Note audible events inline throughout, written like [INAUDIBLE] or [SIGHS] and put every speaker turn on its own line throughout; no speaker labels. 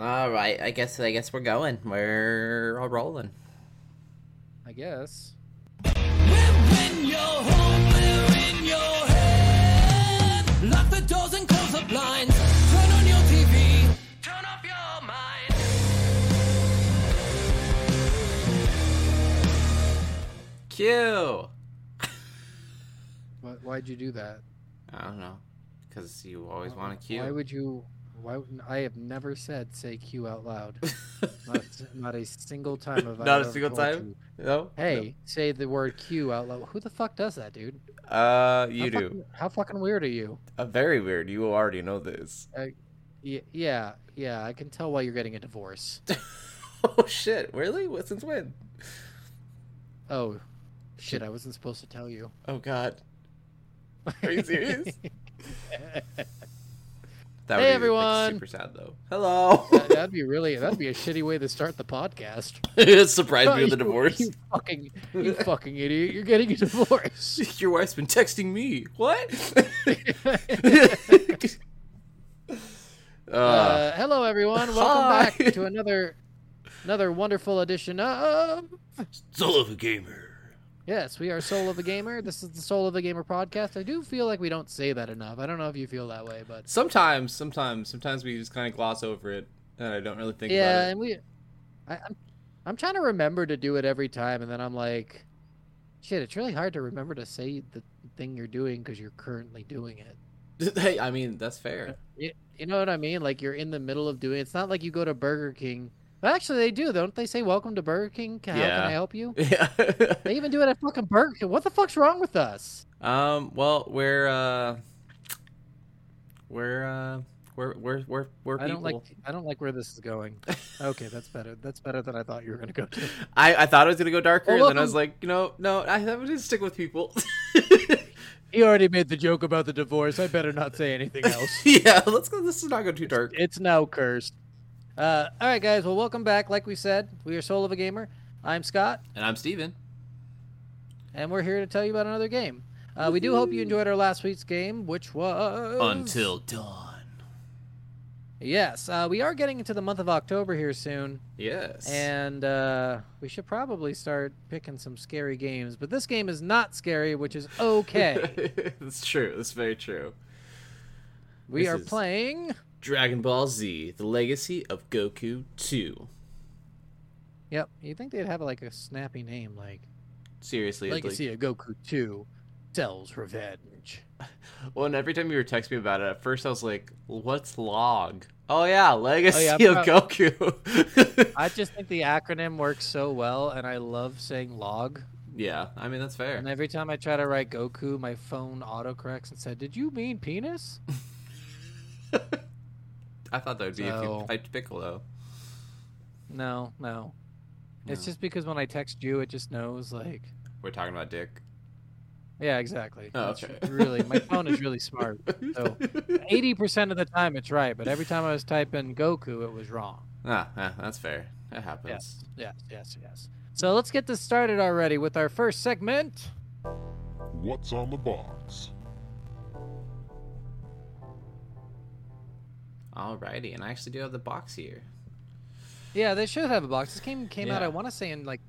All right. I guess I guess we're going. We're all rolling.
I guess.
Lock the doors and close the blinds. Turn on your TV. Turn off your mind.
Q.
Why, why'd you do that?
I don't know, because you always
Why-
want to cue.
Why would you? Why would- I have never said say Q
[LAUGHS]
out loud. not, not a single time have I
Not a
ever
single
told
time?
you,
no.
Hey, say the word Q out loud. Who the fuck does that, dude?
Uh,
How [LAUGHS]
you do.
fucking- how fucking weird are you?
Uh, very weird. You already know this.
Y- yeah, yeah. I can tell why you're getting
[LAUGHS]
a divorce.
[LAUGHS] oh shit! Really? What, since when?
Oh, shit! I wasn't supposed to tell you.
Oh god. Are you serious? That
Hey,
would be,
everyone.
Like, super sad though. [LAUGHS] Hello.
[LAUGHS] that, that'd be really. That'd be a shitty way to start the podcast.
Surprise me with a
[LAUGHS] You-
divorce.
You fucking, you fucking idiot! You're getting
[LAUGHS]
a
[LAUGHS]
divorce. [LAUGHS]
Your wife's been texting me. What? [LAUGHS] uh,
Uh, hello, everyone. Welcome
hi.
back to another, another wonderful edition of.
Soul of a gamer.
Yes, we are Soul of a Gamer. This is the Soul of a Gamer podcast. I do feel like we don't say that enough. I don't know if you feel that way, but
Sometimes, sometimes, sometimes we just kind of gloss over it, and I don't really think
yeah,
about it.
and we, I, I'm, I'm trying to remember to do it every time, and then I'm like, shit, it's really hard to remember to say the thing you're doing because you're currently doing
[LAUGHS]
it.
hey, I mean that's fair. [LAUGHS]
You- You know what I mean? Like you're in the middle of doing. It's not like you go to Burger King. Well, actually, they do. Don't they say "Welcome to Burger King"? How
Yeah.
can I help you?
Yeah.
They even do it at fucking Burger King. What the fuck's wrong with us?
um. Well, we're uh, we're uh, we're we're we're we're
I
people.
don't like. I don't like where this is [LAUGHS] going. Okay, that's better. That's better than I thought you were gonna go. To.
I, I thought I was gonna go darker,
Well,
and then I was like, you know, no, I, I'm gonna stick with people. [LAUGHS]
He already made the joke about the divorce. I better not say anything [LAUGHS] else.
yeah, let's go. This is not go too dark.
it's now cursed. Uh, all right, guys. Well, welcome back. Like we said, we are Soul of a Gamer. I'm Scott,
And I'm Steven.
and we're here to tell you about another game. Uh, we do hope you enjoyed our last week's game, which was
dawn.
Yes, uh, we are getting into the month of October here soon.
Yes. [LAUGHS]
And uh, we should probably start picking some scary games, but this game is not scary, which is [LAUGHS] okay.
that's true. That's very true.
we
This
are
is-
playing.
Dragon Ball Z: The Legacy of Goku 2.
Yep, you'd think they'd have like a snappy name, like
Seriously, it's
Legacy of Goku 2 Cell's Revenge.
Like, well, and every time you were texting me about it, at first I was like, "What's log?" Oh yeah, Legacy
Oh, yeah,
of Goku. [LAUGHS]
I just think the acronym works so well, and I love saying log.
yeah, I mean that's fair.
And every time I try to write Goku, my phone autocorrects and said, Did you mean [LAUGHS] penis?
I thought that would be if you
So-
typed Piccolo.
No, no. It's
No.
just because when I text you, it just knows, like,
We're talking about Dick.
Yeah, exactly.
Oh,
It's
okay.
Really, [LAUGHS] my phone is really smart. So, eighty percent of the time it's right, but every time I was typing Goku, it was wrong.
[LAUGHS] Ah, ah, that's fair. That happens.
Yes, yes, yes. So let's get this started already with our first segment.
What's on the box?
Alrighty, and I actually do have the box here.
Yeah, they should have a box. This game came out,
Yeah.
I want to say, in like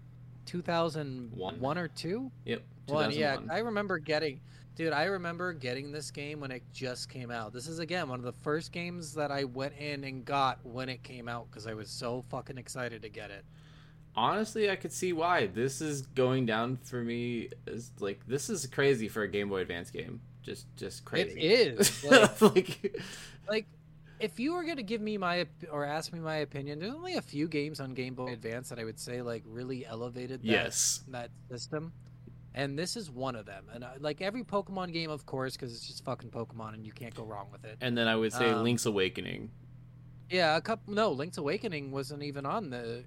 two thousand one
One.
or two.
Yep.
One, yeah.
2001.
I remember getting, dude. I remember getting this game when it just came out. This is again one of the first games that I went in and got when it came out because I was so fucking excited to get it.
Honestly, I could see why this is going down for me. Is like this is crazy for a Game Boy Advance game. Just, just crazy. [LAUGHS]
It is. Like,
like,
like if you were going to give me my op- or ask me my opinion there's only a few games on game boy advance that i would say like really elevated that,
yes.
that system and this is one of them and I, like every pokemon game of course because it's just fucking pokemon and you can't go wrong with it
And then I would say
Um,
Link's Awakening.
yeah a couple no link's awakening wasn't even on the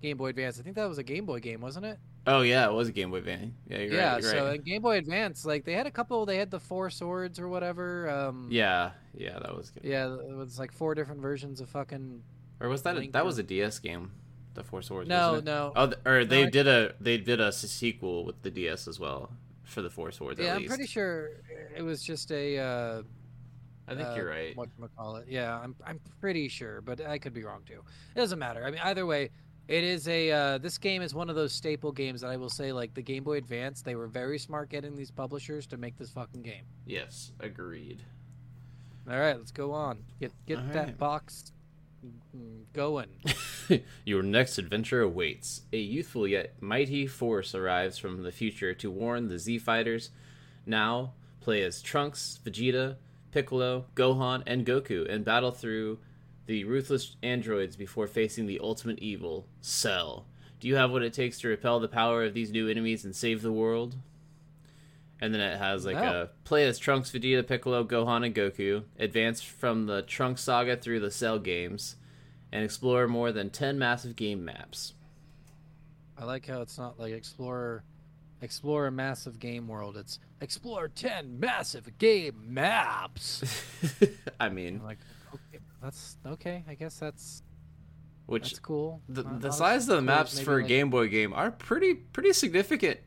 game boy advance i think that was a game boy game wasn't it
Oh yeah, it was a Game Boy Advance. Yeah, you're
yeah
right. You're
so
right.
in game boy advance like they had a couple they had the four swords or whatever um
yeah, yeah, that was good.
yeah it was like four different versions of fucking
Or was that a,
Link
that
or-
was a DS game? The Four Swords.
no
wasn't it?
no
Oh, th- or they
I-
did a they did a s- sequel with the DS as well for the Four Swords.
Yeah,
at
I'm
least.
pretty sure it was just a uh,
I think
uh,
you're right.
whatchamacallit. Yeah, I'm I'm pretty sure, but I could be wrong too. It doesn't matter. I mean, either way, it is a uh, this game is one of those staple games that I will say like the Game Boy Advance. They were very smart getting these publishers to make this fucking game.
Yes, agreed.
All right, let's go on. Get get
All
that
right.
box mm, going.
[LAUGHS] Your next adventure awaits. A youthful yet mighty force arrives from the future to warn the Z Fighters. Now, play as Trunks, Vegeta, Piccolo, Gohan, and Goku and battle through the ruthless androids before facing the ultimate evil, Cell. Do you have what it takes to repel the power of these new enemies and save the world? And then it has like
Wow.
a play as Trunks, Vegeta, Piccolo, Gohan, and Goku. Advance from the Trunks saga through the Cell games and explore more than 10 massive game maps. [LAUGHS]
I like how it's not like Explorer. Explore a massive game world. It's explore ten massive game maps.
I mean,
I'm like, okay, that's okay. I guess that's
which
that's cool.
the,
Uh,
the
honestly,
size of the
cool,
maps
maybe
for a
like-
Game Boy game are pretty pretty significant.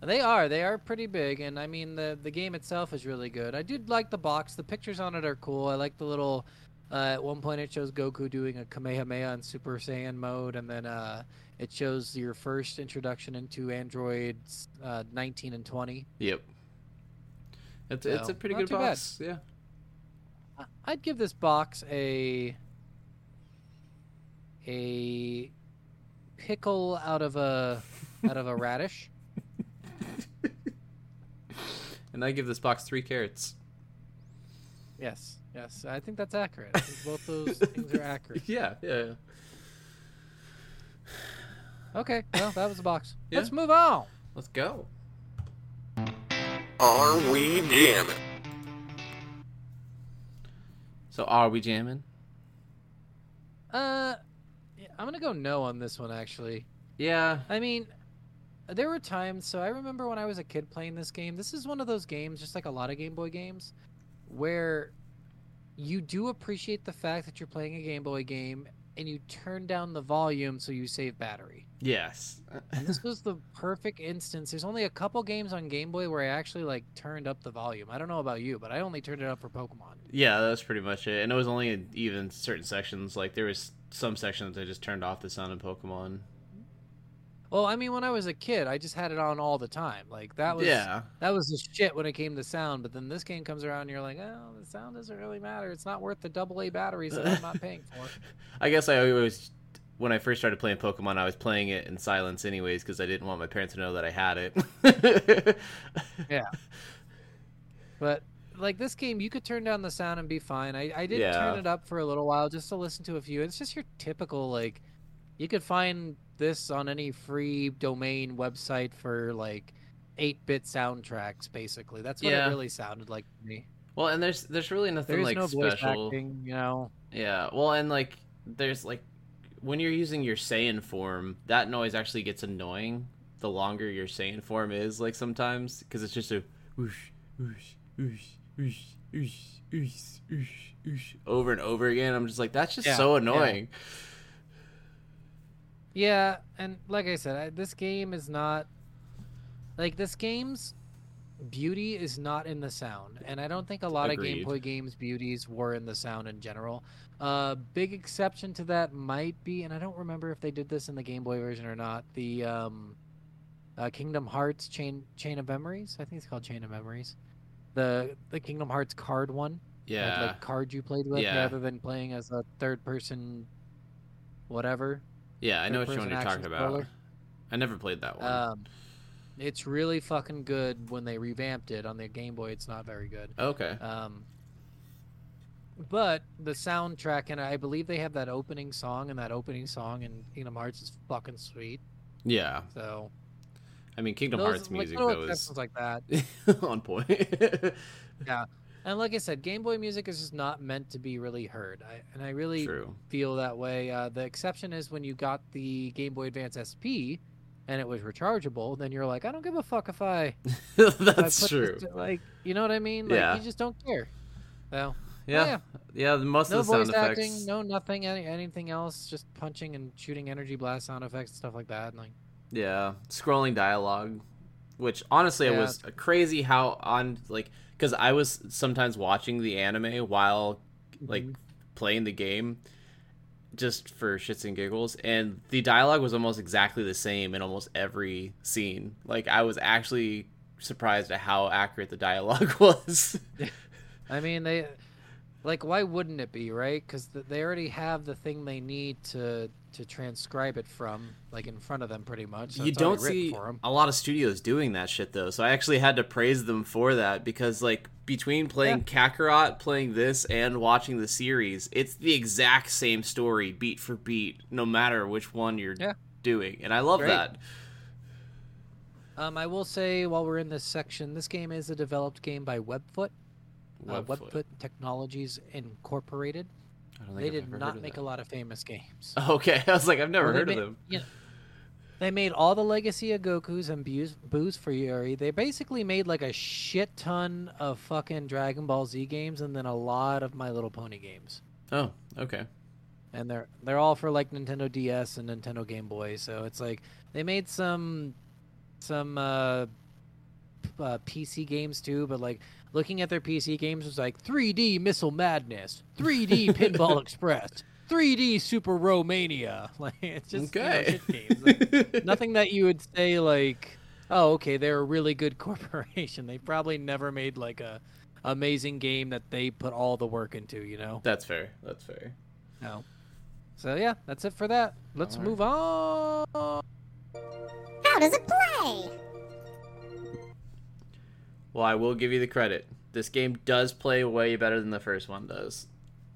They are. They are pretty big, and I mean the the game itself is really good. I did like the box. The pictures on it are cool. I like the little. Uh, at one point, it shows Goku doing a Kamehameha in Super Saiyan mode, and then uh, it shows your first introduction into androids uh, 19 and 20.
Yep. It's, it's
So,
a pretty
not
good
too bad.
box. Yeah.
I- I'd give this box a a pickle out of a out [LAUGHS] of a radish.
And I give this box 3 carrots.
Yes, yes, I think that's accurate. I think both [LAUGHS] those things are accurate.
[LAUGHS] Yeah, yeah. yeah.
Okay, well, that was the box.
Yeah.
Let's move on.
Let's go.
Are we jamming?
So are we jamming?
Uh, yeah, I'm gonna go no on this one. Actually,
Yeah.
I mean, there were times. So I remember when I was a kid playing this game. This is one of those games, just like a lot of Game Boy games, where you do appreciate the fact that you're playing a Game Boy game and you turn down the volume so you save battery.
Yes.
And this was the perfect instance. There's only a couple games on Game Boy where I actually like turned up the volume. I don't know about you, but I only turned it up for Pokemon.
Yeah, that's pretty much it. And it was only in even certain sections. Like there was some sections I just turned off the sound of Pokemon.
Well, I mean, when I was a kid, I just had it on all the time. Like that was
yeah.
that was the shit when it came to sound. But then this game comes around, and you're like, oh, the sound doesn't really matter. It's not worth the double A batteries that
[LAUGHS]
I'm not paying for.
I guess I always, when I first started playing Pokemon, I was playing it in silence, anyways, because I didn't want my parents to know that I had it. [LAUGHS]
But like this game, you could turn down the sound and be fine. I, I did
Yeah.
turn it up for a little while just to listen to a few. It's just your typical like, you could find this on any free domain website for like. 8-bit soundtracks basically that's what
Yeah.
it really sounded like to me
well, and there's there's really nothing
there's
like
no voice
special.
acting you know
Yeah. Well, and like there's like when you're using your Saiyan form, that noise actually gets annoying the longer your Saiyan form is. Like sometimes because it's just a whoosh, whoosh, whoosh, whoosh, whoosh, whoosh, whoosh, whoosh, over and over again. I'm just like that's just
Yeah,
so
yeah.
annoying.
Yeah, and like I said, I, this game is not like this game's beauty is not in the sound, and I don't think a lot
Agreed.
of Game Boy games' beauties were in the sound in general. Uh, big exception to that might be, and I don't remember if they did this in the Game Boy version or not. The um, uh, Kingdom Hearts Chain Chain of Memories, I think it's called Chain of Memories. The the Kingdom Hearts card one, like-
Yeah.
like card you played with,
Yeah.
rather than playing as a third person, whatever.
Yeah, I know which one
third-person
you're talking
action
about.
scroller.
I never played that one.
Um, it's really fucking good when they revamped it on the Game Boy. It's not very good.
okay.
Um, but the soundtrack, and I believe they have that opening song, and that opening song in Kingdom Hearts is fucking sweet.
yeah.
So
I mean, Kingdom
those-
Hearts music
like, little
though is
exceptions like
[LAUGHS]
that.
on point.
And like I said, Game Boy music is just not meant to be really heard, I, and I really
True.
feel that way. Uh, the exception is when you got the Game Boy Advance SP, and it was rechargeable. Then you're like, I don't give a fuck if I I
[LAUGHS] That's
put
true.
this to- like, you know what I mean? Like,
Yeah.
You just don't care. So,
yeah. yeah. the Most
Oh, no
of the sound
voice
effects.
acting, no nothing, any, anything else. Just punching and shooting energy blast sound effects and stuff like that. And like,
Yeah. Scrolling dialogue. which honestly it
Yeah.
was crazy how on like because I was sometimes watching the anime while
mm-hmm.
like playing the game just for shits and giggles and the dialogue was almost exactly the same in almost every scene like i was actually surprised at how accurate the dialogue [LAUGHS] was
I mean, they like why wouldn't it be right? Because they already have the thing they need to to transcribe it from, like in front of them, pretty much. So
you
it's already
don't
written
see
for 'em.
a lot of studios doing that shit though so i actually had to praise them for that because like between playing kakarot playing this and watching the series it's the exact same story beat for beat no matter which one you're
Yeah.
doing and i love
Great.
that
Um, I will say while we're in this section, this game is a developed game by Webfoot, uh,
Webfoot.
Webfoot Technologies Incorporated.
I don't think
They
I've
did
ever heard
not
of [LAUGHS]
make
that.
a lot of famous games.
okay i was like i've never
Well, they
heard of
ma-
them
you know, [LAUGHS] they made all the Legacy of Goku's and Boo's, Boo's for Yuri. They basically made like a shit ton of fucking Dragon Ball Z games and then a lot of My Little Pony games.
oh okay
And they're they're all for like Nintendo DS and Nintendo Game Boy. So it's like they made some some uh, p- uh, PC games too, but like looking at their PC games was like 3D Missile Madness, 3D Pinball Express, 3D Super Romania. [LAUGHS] Like it's just you know,
okay
shit games. Like, nothing that you would say like oh okay they're a really good [LAUGHS] corporation they probably never made like a amazing game that they put all the work into you know
that's fair that's fair
no so yeah that's it for that let's
All right.
move on
How does it play?
well i will give you the credit this game does play way better than the first one does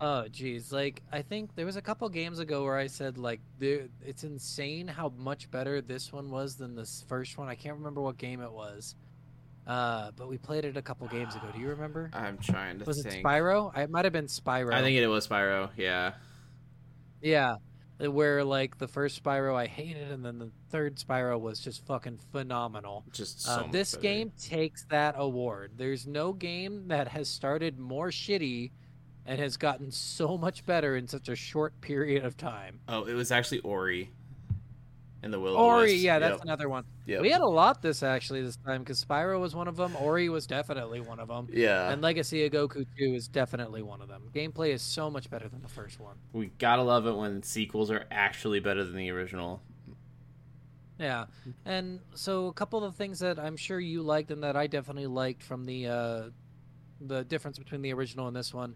oh geez like i think there was a couple games ago where i said like there- it's insane how much better this one was than this first one i can't remember what game it was uh but we played it a couple games ago do you remember
[SIGHS] i'm trying to
was it
think
spyro it might have been spyro
i think it was spyro yeah
Yeah, uh, where like the first Spyro I hated, and then the third Spyro was just fucking phenomenal.
just so
Uh,
much
this
better.
game takes that award. There's no game that has started more shitty and has gotten so much better in such a short period of time.
Oh, it was actually Ori. And the Will.
Ori, yeah, that's another one.
Yep.
We had a lot this actually this time because Spyro was one of them. Ori was definitely one of them.
Yeah,
And Legacy of Goku 2 is definitely one of them. Gameplay is so much better than the first one.
we gotta love it when sequels are actually better than the original.
Yeah, and so a couple of things that I'm sure you liked and that I definitely liked from the uh, the difference between the original and this one,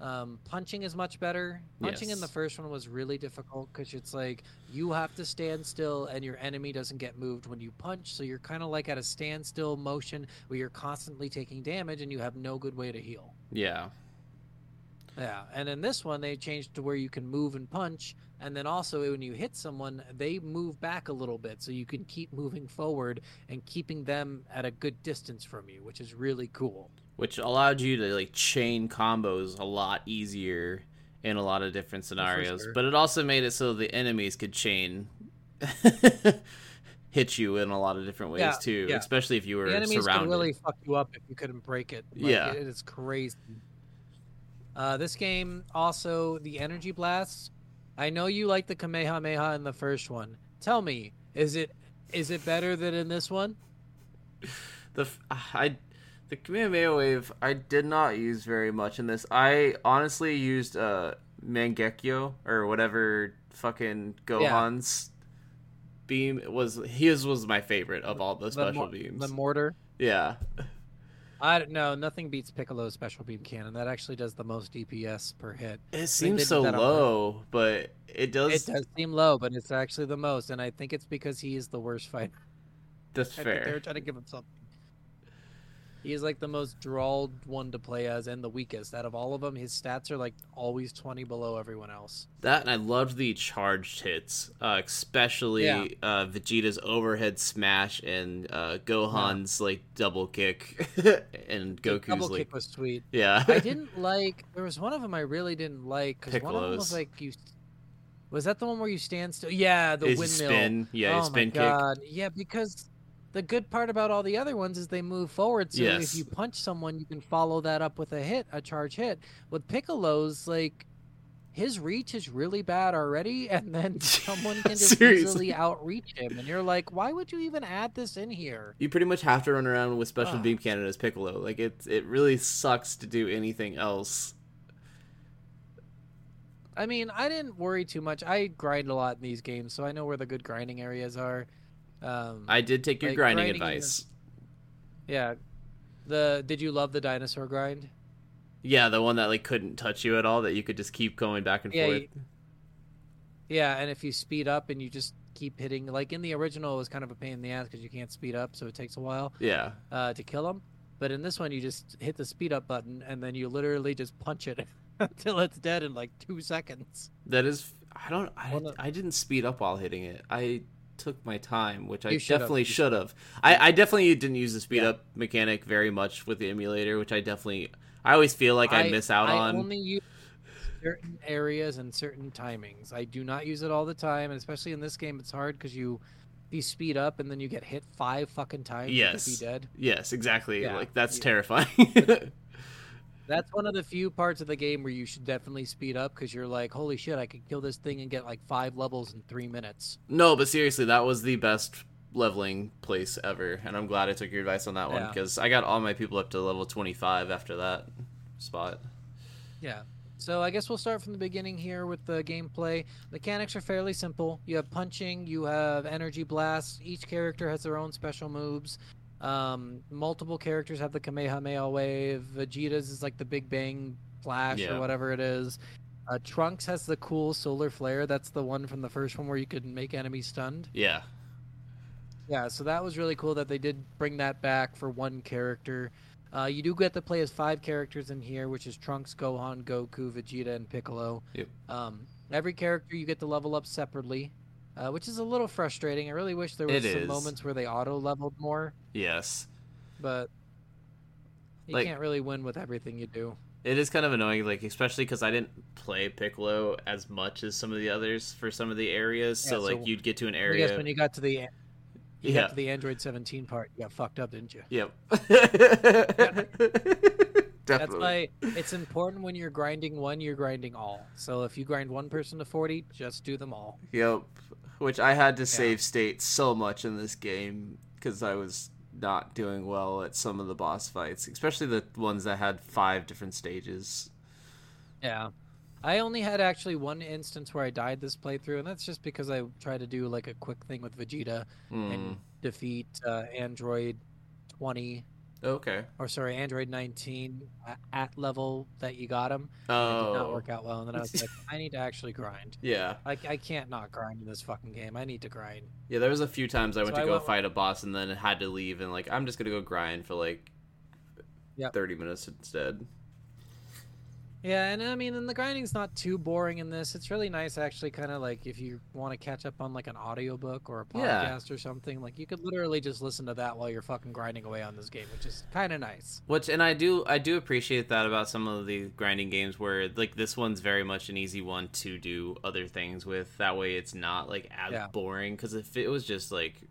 um, punching is much better. Punching in the
Yes.
first one was really difficult because it's like you have to stand still and your enemy doesn't get moved when you punch, so you're kind of like at a standstill motion where you're constantly taking damage and you have no good way to heal.
Yeah,
Yeah, and in this one they changed to where you can move and punch, and then also when you hit someone, they move back a little bit, so you can keep moving forward and keeping them at a good distance from you, which is really cool.
which allowed you to like chain combos a lot easier in a lot of different scenarios,
sure.
but it also made it so the enemies could chain [LAUGHS] hit you in a lot of different ways
Yeah,
too,
yeah.
especially if you were
the enemies
surrounded.
could really fuck you up if you couldn't break it.
Yeah.
it is crazy. Uh, this game also the energy blasts. I know you like the Kamehameha in the first one. Tell me, is it is it better than in this one?
the f- ah, I the Kamehameha wave I did not use very much in this. I honestly used uh Mangekyo or whatever fucking Gohan's beam was his was my favorite of all the
The
special
mor-
beams.
the mortar.
yeah.
I don't know. Nothing beats Piccolo's special beam cannon. That actually does the most DPS per hit.
It
they
seems
did
so
that on
low, but it does,
It does seem low, but it's actually the most, and I think it's because he is the worst fighter.
that's
I think they were
fair.
trying to give him something. He is like the most drawled one to play as and the weakest out of all of them. His stats are like always twenty below everyone else.
That and I loved the charged hits, uh, especially
Yeah.
uh, Vegeta's overhead smash and uh, Gohan's like double
[LAUGHS]
kick and
The
Goku's
double
like
kick was
[LAUGHS]
sweet.
yeah.
I didn't like. There was one of them I really didn't like because one of them
Piccolo's.
was like you. Was that the one where you stand still? Yeah, the
Is
windmill.
Spin, yeah,
oh
his spin
my
kick.
god! Yeah, because the good part about all the other ones is they move forward. So
Yes.
if you punch someone, you can follow that up with a hit, a charge hit. With Piccolo's, like his reach is really bad already, [LAUGHS] and
[LAUGHS]
then someone can just
Seriously.
easily outreach him, and you're like, why would you even add this in here?
You pretty much have to run around with Special
Ugh.
Beam Cannon as Piccolo. Like it, it really sucks to do anything else.
I mean, I didn't worry too much. I grind a lot in these games, so I know where the good grinding areas are. Um,
I did take your
Like,
grinding,
grinding in
advice.
yeah. The did you love the dinosaur grind?
Yeah, the one that like couldn't touch you at all, that you could just keep going back and
Yeah,
forth.
you- Yeah, and if you speed up and you just keep hitting, like in the original, it was kind of a pain in the ass because you can't speed up, so it takes a while
yeah.
uh, to kill them. But in this one, you just hit the speed up button and then you literally just punch it [LAUGHS] until it's dead in like two seconds.
That is, I don't, I,
Well, no-
I didn't speed up while hitting it. I took my time, which I
You should've.
definitely
You
should have. I, I definitely didn't use the speed up mechanic very much with the emulator, which I definitely, I always feel like I, miss out
I
on.
only use certain areas and certain timings. I do not use it all the time, and especially in this game, it's hard because you if you speed up and then you get hit five fucking times. you could
yes.
be dead.
Yes, exactly.
Yeah.
Like that's
Yeah.
terrifying. [LAUGHS]
That's one of the few parts of the game where you should definitely speed up because you're like, holy shit, I could kill this thing and get like five levels in three minutes.
No, but seriously, that was the best leveling place ever, and I'm glad I took your advice on that one
Yeah.
because I got all my people up to level 25 after that spot.
Yeah. So I guess we'll start from the beginning here with the gameplay. Mechanics are fairly simple. You have punching, you have energy blasts. Each character has their own special moves. Um, multiple characters have the Kamehameha wave. Vegeta's is like the Big Bang flash
Yeah.
or whatever it is. Uh, Trunks has the cool solar flare. That's the one from the first one where you could make enemies stunned.
Yeah,
Yeah, so that was really cool that they did bring that back for one character. Uh, you do get to play as five characters in here, which is Trunks, Gohan, Goku, Vegeta, and Piccolo.
Yep.
Um, every character you get to level up separately, uh, which is a little frustrating. I really wish there was
It
some
is.
moments where they auto leveled more,
yes.
but you
Like-
can't really win with everything you do.
It is kind of annoying, like especially because I didn't play Piccolo as much as some of the others for some of the areas.
Yeah,
so
so
like you'd get to an
I
area.
guess when you got to the you
yeah.
got to the Android 17 part, you got fucked up, didn't you?
Yep. [LAUGHS]
That's
Definitely.
why it's important when you're grinding one, you're grinding all. So if you grind one person to 40, just do them all.
Yep. Which I had to save state so much in this game because I was not doing well at some of the boss fights, especially the ones that had five different stages.
Yeah. I only had actually one instance where I died this playthrough, and that's just because I tried to do like a quick thing with Vegeta
Mm.
and defeat uh, Android 20,
Okay.
or sorry, Android 19 a- at level that you got him. It did not
Oh.
work out well, and then I was
[LAUGHS]
like, I need to actually grind.
Yeah.
Like, I can't not grind in this fucking game. I need to grind.
Yeah, there was a few times I went
So
to
I
go
went with-
fight a boss and then had to leave and like I'm just gonna go grind for like
Yep.
thirty minutes instead.
Yeah, and I mean, and the grinding's not too boring in this. It's really nice, actually, kind of like if you want to catch up on like an audiobook or a
Yeah.
podcast or something, like you could literally just listen to that while you're fucking grinding away on this game, which is kind of nice.
Which and I do I do appreciate that about some of the grinding games where like this one's very much an easy one to do other things with. That way it's not like as
Yeah.
boring because if it was just like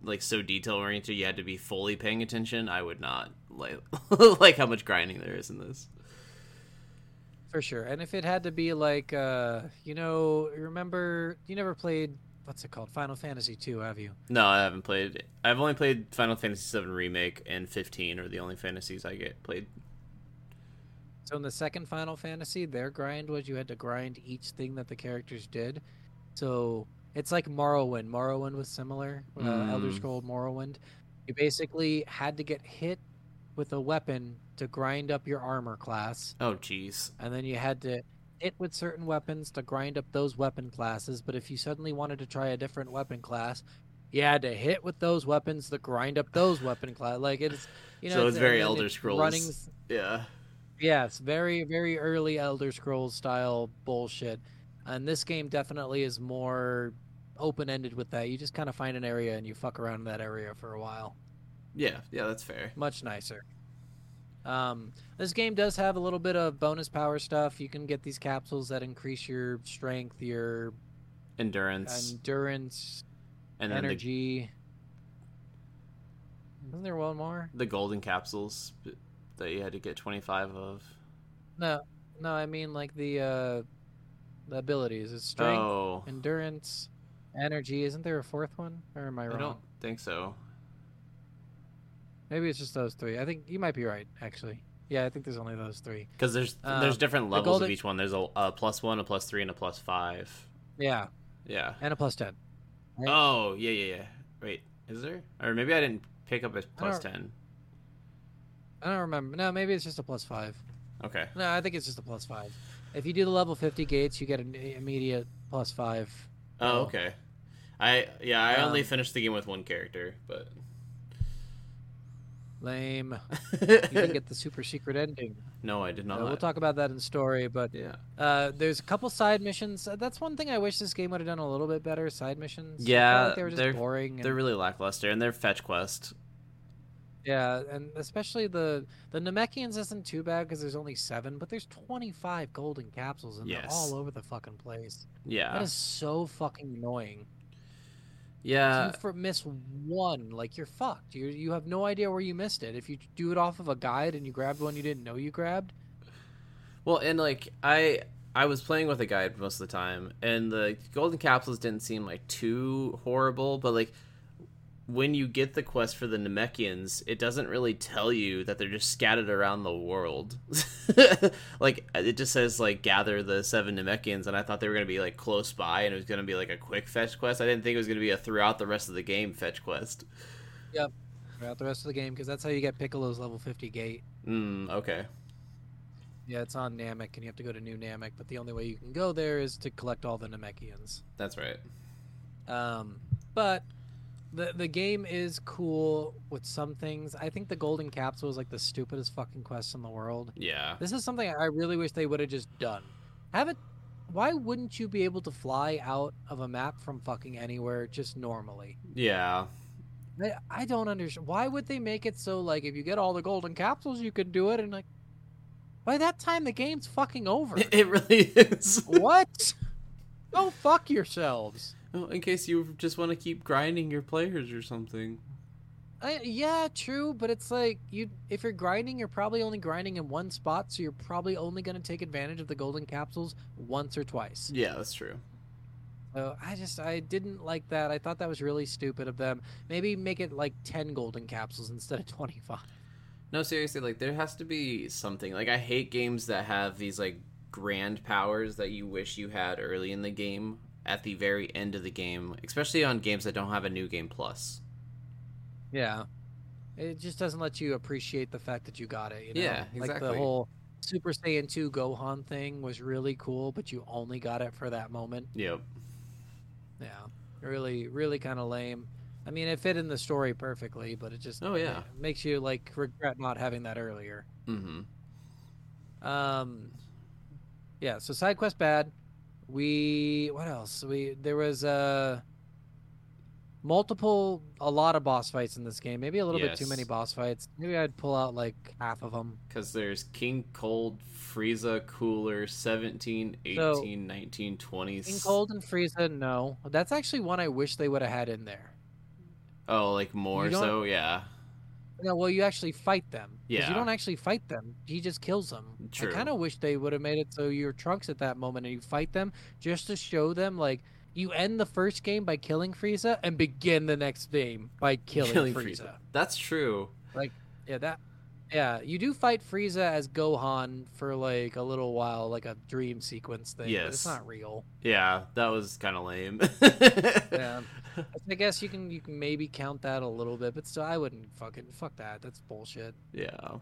like so detail oriented, you had to be fully paying attention. I would not like [LAUGHS] like how much grinding there is in this.
For sure. And if it had to be like, uh, you know, remember, you never played, what's it called? Final Fantasy 2, have you?
No, I haven't played. I've only played Final Fantasy VII Remake and 15 are the only fantasies I get played.
So in the second Final Fantasy, their grind was you had to grind each thing that the characters did. So it's like Morrowind. Morrowind was similar. Uh, Elder
Mm.
Scroll Morrowind. You basically had to get hit with a weapon to grind up your armor class,
Oh, jeez.
and then you had to hit with certain weapons to grind up those weapon classes. But if you suddenly wanted to try a different weapon class, you had to hit with those weapons to grind up those weapon class. Like it's you know
So it's
and
very
then
Elder
it's
Scrolls.
Running
Yeah.
Yes, very, very early Elder Scrolls style bullshit. And this game definitely is more open ended with that. You just kind of find an area and you fuck around in that area for a while.
Yeah. Yeah. That's fair.
Much nicer. Um, this game does have a little bit of bonus power stuff. You can get these capsules that increase your strength, your
Endurance
endurance,
and then the
energy. Isn't there one more?
the golden capsules that you had to get 25 of
No, No, I mean like the uh the abilities. It's strength,
Oh,
endurance, energy. Isn't there a fourth one? Or am I
I
wrong?
don't think so.
Maybe it's just those three. I think you might be right, actually. Yeah, I think there's only those three.
Because there's
Um,
there's different
the
levels of
golden-
each one. There's a, a plus one, a plus three, and a plus five.
Yeah,
Yeah.
and a plus ten. Right.
Oh yeah yeah yeah. Wait, is there? Or maybe I didn't pick up a plus ten.
I don't remember. No, maybe it's just a plus five.
Okay.
No, I think it's just a plus five. If you do the level fifty gates, you get an i- immediate plus five.
Oh
Oh.
okay. I yeah I only
Um,
finished the game with one character, but
Lame.
[LAUGHS]
You didn't get the super secret ending.
no, I did
Uh,
not.
we'll talk about that in story, but
Yeah.
uh, there's a couple side missions. Uh, That's one thing I wish this game would have done a little bit better. Side missions. I felt
Yeah,
like they were just
they're-
boring. and-
They're really lackluster, and they're fetch quest.
Yeah, and especially the the Namekians isn't too bad because there's only seven, but there's 25 golden capsules and they're
Yes.
all over the fucking place.
Yeah.
That is so fucking annoying.
yeah.
if you for- miss one, like you're fucked. You you have no idea where you missed it. If you do it off of a guide and you grabbed one you didn't know you grabbed,
Well, and like I I was playing with a guide most of the time, and the golden capsules didn't seem like too horrible, but like when you get the quest for the Namekians, it doesn't really tell you that they're just scattered around the world. [LAUGHS] like it just says like gather the seven Namekians, and I thought they were gonna be like close by, and it was gonna be like a quick fetch quest. I didn't think it was gonna be a throughout the rest of the game fetch quest.
throughout the rest of the game, because that's how you get Piccolo's level 50 gate.
Mm, okay.
Yeah, it's on Namek, and you have to go to New Namek, but the only way you can go there is to collect all the Namekians.
That's right.
Um, but the the game is cool with some things. I think the golden capsule is like the stupidest fucking quest in the world.
Yeah.
This is something I really wish they would have just done. Have it. Why wouldn't you be able to fly out of a map from fucking anywhere just normally?
Yeah.
I, I don't understand. Why would they make it so like if you get all the golden capsules you can do it and like by that time the game's fucking
[LAUGHS]
over.
It really is.
what? Go fuck yourselves.
Well, in case you just want to keep grinding your players or something.
I, yeah, true, but it's like you if you're grinding, you're probably only grinding in one spot, so you're probably only going to take advantage of the golden capsules once or twice.
Yeah, that's true.
So I just I didn't like that. I thought that was really stupid of them. Maybe make it like 10 golden capsules instead of [LAUGHS] 25.
No, seriously, like there has to be something. Like I hate games that have these like grand powers that you wish you had early in the game at the very end of the game, especially on games that don't have a new game plus.
Yeah. It just doesn't let you appreciate the fact that you got it, you know?
Yeah,
Like the
exactly.
whole Super Saiyan 2 Gohan thing was really cool, but you only got it for that moment.
Yep.
Yeah, really, really kind of lame. I mean, it fit in the story perfectly, but it just
Oh, yeah.
it makes you like regret not having that earlier.
Mm-hmm.
Um, yeah. So side quest bad. We what else? We there was uh, multiple a lot of boss fights in this game. Maybe a little bit too many
Yes.
boss fights. Maybe I'd pull out like half of them.
Because there's King Cold, Frieza, Cooler, 17, 18,
So-
19, 20.
King Cold and Frieza, no. That's actually one I wish they would have had in there.
Oh, like more
You don't-
so? Yeah.
No, well, you actually fight them. 'cause
Yeah.
You don't actually fight them. He just kills them.
True.
I kind of wish they would have made it so you're Trunks at that moment and you fight them just to show them, like, you end the first game by killing Frieza and begin the next game
[LAUGHS]
by killing, Frieza.
That's true.
Yeah, that. Yeah, you do fight Frieza as Gohan for like a little while, like a dream sequence thing. But
Yes.
it's
[LAUGHS]
not real.
Yeah, that was kind of lame. [LAUGHS]
Yeah. I guess you can you can maybe count that a little bit, but still, I wouldn't fucking fuck that. That's bullshit.
Yeah.
I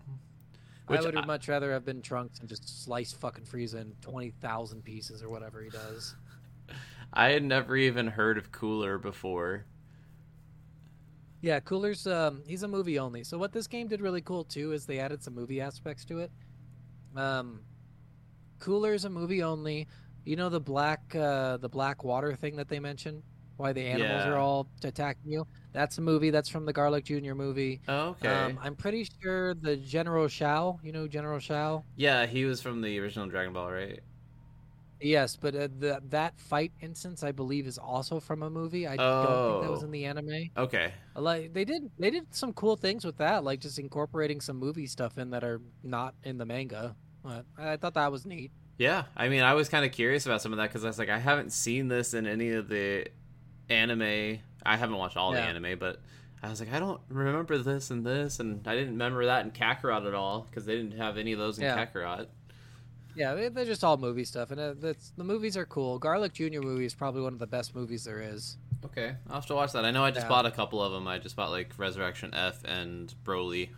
Which
would
I-
much rather have been Trunks and just slice fucking Frieza in 20,000 pieces or whatever he does.
I had never even heard of Cooler before.
Yeah, Cooler's, um, he's a movie only. So, what this game did really cool too is they added some movie aspects to it. Um, Cooler's a movie only. You know the black, uh, the black water thing that they mentioned? Why the animals
Yeah.
are all attacking you? That's a movie. That's from the Garlic Jr. movie.
Oh, okay.
Um, I'm pretty sure the General Shao, you know General Shao?
yeah, he was from the original Dragon Ball, right?
Yes, but uh, the, that fight instance, I believe, is also from a movie. I don't think that was
Oh.
in the anime.
Okay.
Like they did, they did some cool things with that, like just incorporating some movie stuff in that are not in the manga. But I thought that was neat.
Yeah, I mean, I was kind of curious about some of that because I was like, I haven't seen this in any of the anime. I haven't watched all
Yeah.
the anime, but I was like, I don't remember this and this, and I didn't remember that in Kakarot at all because they didn't have any of those in
Yeah.
Kakarot.
Yeah, they- they're just all movie stuff, and uh, that's the movies are cool. Garlic Junior movie is probably one of the best movies there is.
Okay, I'll have to watch that. I know I just
Yeah.
bought a couple of them. I just bought like Resurrection F and Broly.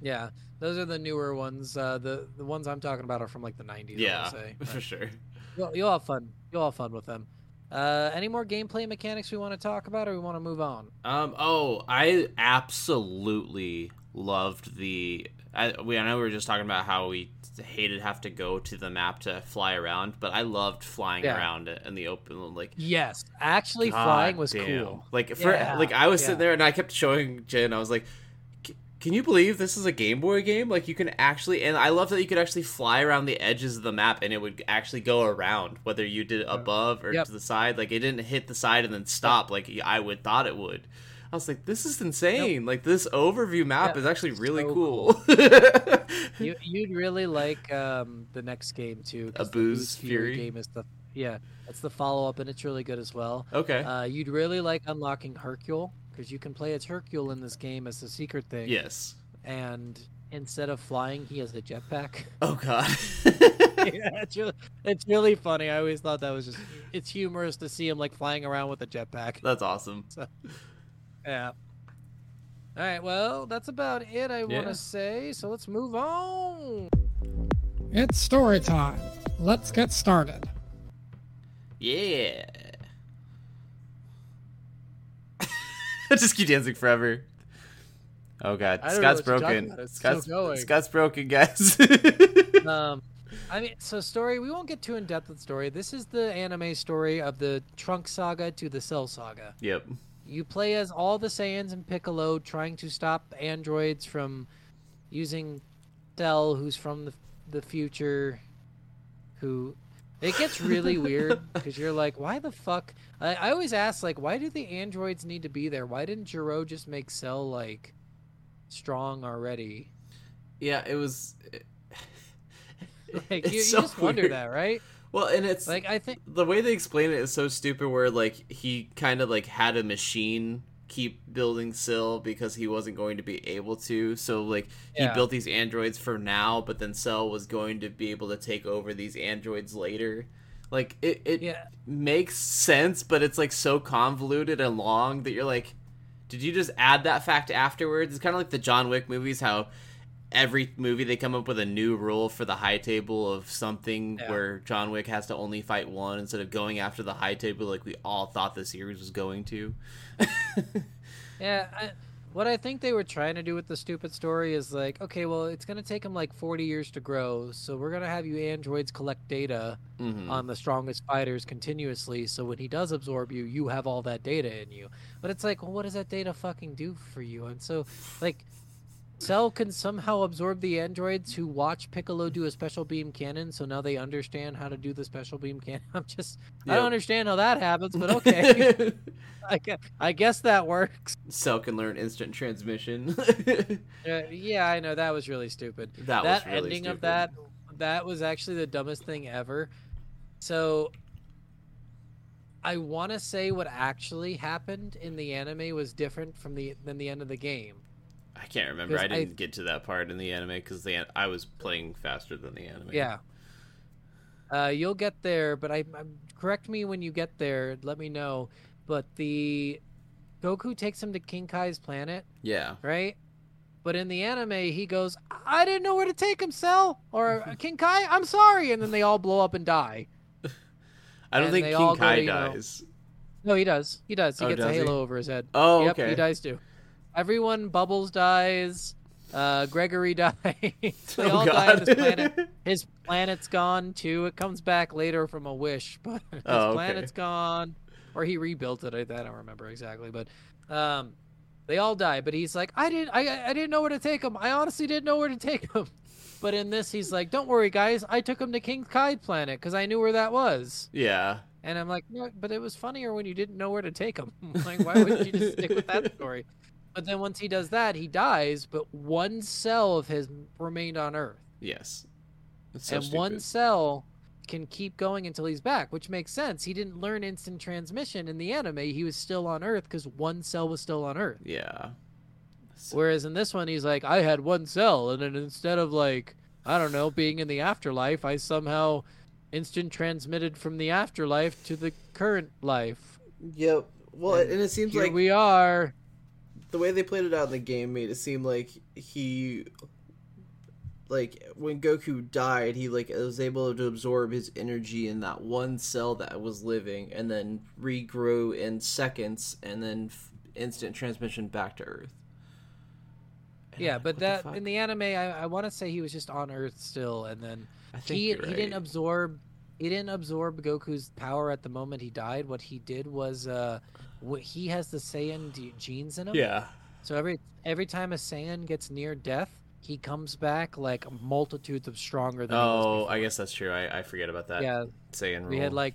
Yeah, those are the newer ones. Uh, the the ones I'm talking about are from like the '90s.
yeah,
I would say.
[LAUGHS] for sure.
You'll, you'll have fun. You'll have fun with them. Uh, any more gameplay mechanics we want to talk about, or we want to move on?
Um. Oh, I absolutely loved the. I we I know we were just talking about how we hated have to go to the map to fly around, but I loved flying
Yeah.
around it in the open. Like
Yes, actually, flying
God
was
damn.
cool.
Like for
Yeah,
like I was
yeah.
sitting there and I kept showing Jen. I was like, "C- "Can you believe this is a Game Boy game? Like you can actually." And I love that you could actually fly around the edges of the map and it would actually go around whether you did it above or
Yep.
to the side. Like it didn't hit the side and then stop like I would thought it would. I was like, "This is insane! Like this overview map
Yeah,
is actually really
so
cool."
You, you'd really like um, the next game too. 'cause
A
the Booze
Booze Fury?
game is the yeah, it's the follow up, and it's really good as well.
[LAUGHS] okay.
Uh, you'd really like unlocking Hercule because you can play as Hercule in this game as a secret thing.
yes.
And instead of flying, he has a jetpack.
[LAUGHS]
[LAUGHS]
Oh God.
yeah, it's really, it's really funny. I always thought that was just it's humorous to see him like flying around with a jetpack.
That's awesome.
Yeah. All right, well, that's about it I want
Yeah.
to say. So let's move on.
It's story time. Let's get started.
Yeah. [LAUGHS] Just keep dancing forever. Oh god,
I don't know
Scott's
what you're talking
broken.
about. It's still
Scott's,
going.
Scott's broken, guys. [LAUGHS]
Um I mean, so story, we won't get too in depth with story. This is the anime story of the Trunk Saga to the Cell Saga.
yep.
You play as all the Saiyans and Piccolo trying to stop androids from using Cell, who's from the, the future. Who. It
[LAUGHS]
gets really weird because you're like, why the fuck? I, I always ask, like, why do the androids need to be there? Why didn't Jiro just make Cell, like, strong already? [LAUGHS]
Yeah, it was.
Like,
It's
you,
so
you just wonder
weird.
that, right?
Well, and it's
Like, I think.
the way they explain it is so stupid where like he kind of like had a machine keep building Syl because he wasn't going to be able to so like
Yeah.
he built these androids for now but then Cell was going to be able to take over these androids later like it it
Yeah.
makes sense but it's like so convoluted and long that you're like did you just add that fact afterwards it's kind of like the John Wick movies how every movie they come up with a new rule for the high table of something
Yeah.
where John Wick has to only fight one instead of going after the high table like we all thought the series was going to.
Yeah, I, what I think they were trying to do with the stupid story is like, okay, well, it's gonna take them like 40 years to grow, so we're gonna have you androids collect data
Mhm.
on the strongest fighters continuously. So when he does absorb you, you have all that data in you. But it's like, well, what does that data fucking do for you? And so, like. Cell can somehow absorb the androids who watch Piccolo do a special beam cannon, so now they understand how to do the special beam cannon. [LAUGHS] I'm just, I
Yep.
don't understand how that happens, but
[LAUGHS]
okay, [LAUGHS] I, guess, I guess that works.
Cell can learn instant transmission. [LAUGHS]
Uh, yeah, I know that was really stupid.
That
That,
was really
ending
stupid.
of that that was actually the dumbest thing ever. So I want to say what actually happened in the anime was different from the than the end of the game.
I can't remember.
'Cause
I
I-
didn't get to that part in the anime cuz the an- I was playing faster than the anime.
Yeah. Uh, you'll get there, but I, i correct me when you get there. Let me know. But the Goku takes him to King Kai's planet,
Yeah.
right? But in the anime, he goes, "I didn't know where to take him, Cell or King Kai. I'm sorry," and then they all blow up and die.
I don't
And
think
they all
King
go
Kai
to, you know-
dies.
No, he does. He does. He
Oh,
gets
does
a
he?
halo over his head.
Oh,
yep,
okay.
he dies too. Everyone, Bubbles dies. Uh, Gregory [LAUGHS] dies. they
Oh,
all die on
God. [LAUGHS]
this planet. His planet's gone too. It comes back later from a wish, [LAUGHS] but his
Oh, okay.
planet's gone, or he rebuilt it. I, I don't remember exactly, but um, they all die. But he's like, I didn't, I, I didn't know where to take him. I honestly didn't know where to take him. [LAUGHS] But in this, he's like, Don't worry, guys. I took him to King Kai's planet because I knew where that was.
Yeah.
And I'm like, no, but it was funnier when you didn't know where to take him. [LAUGHS] like, why wouldn't you just stick with that
[LAUGHS]
story? But then once he does that, he dies, but one cell of his remained on Earth.
Yes. It's so
and
stupid.
one cell can keep going until he's back, which makes sense. He didn't learn instant transmission in the anime. He was still on Earth because one cell was still on Earth.
Yeah.
Whereas in this one, he's like, I had one cell, and then instead of like, I don't know, being in the afterlife, I somehow instant transmitted from the afterlife to the current life.
Yep. Well, and it seems
Here
like
we are.
the way they played it out in the game made it seem like he, like when Goku died, he like was able to absorb his energy in that one cell that was living, and then regrew in seconds, and then f- instant transmission back to Earth. And
Yeah,
I'm like,
but
what
that
fuck?
in the anime, I, I want to say he was just on Earth still, and then
I think
he
you're
he didn't
right.
absorb he didn't absorb Goku's power at the moment he died. What he did was uh, what he has the Saiyan d- genes in him.
Yeah.
So every every time a Saiyan gets near death, he comes back like multitudes of stronger than. he was
Oh,
before.
I guess that's true. I, I forget about that.
yeah.
Saiyan rule.
We had like,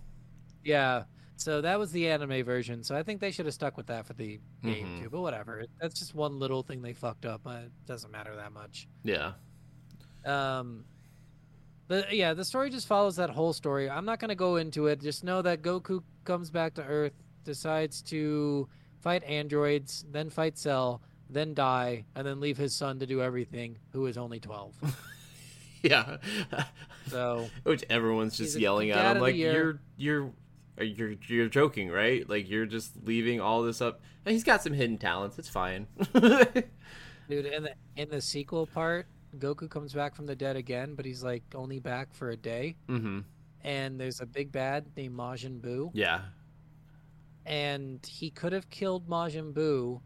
yeah. So that was the anime version. So I think they should have stuck with that for the game
Mhm.
too. But whatever. That's just one little thing they fucked up. Uh, It doesn't matter that much.
[LAUGHS]
Yeah.
Um, the yeah, the story just follows that whole story. I'm not gonna go into it. Just know that Goku comes back to Earth, decides to fight androids, then fight Cell, then die, and then leave his son to do everything, who is only 12.
Yeah.
So
Which everyone's just
He's a
yelling
dad
at him
of the
like you're
year.
you're uh, you're you're joking, right? Like you're just leaving all this up. And he's got some hidden talents. It's fine. [LAUGHS] Mm-hmm.
Dude, in the in the sequel part, Goku comes back from the dead again, but he's like only back for a day.
hmm
And there's a big bad named Majin Buu,
Yeah.
and he could have killed Majin Buu,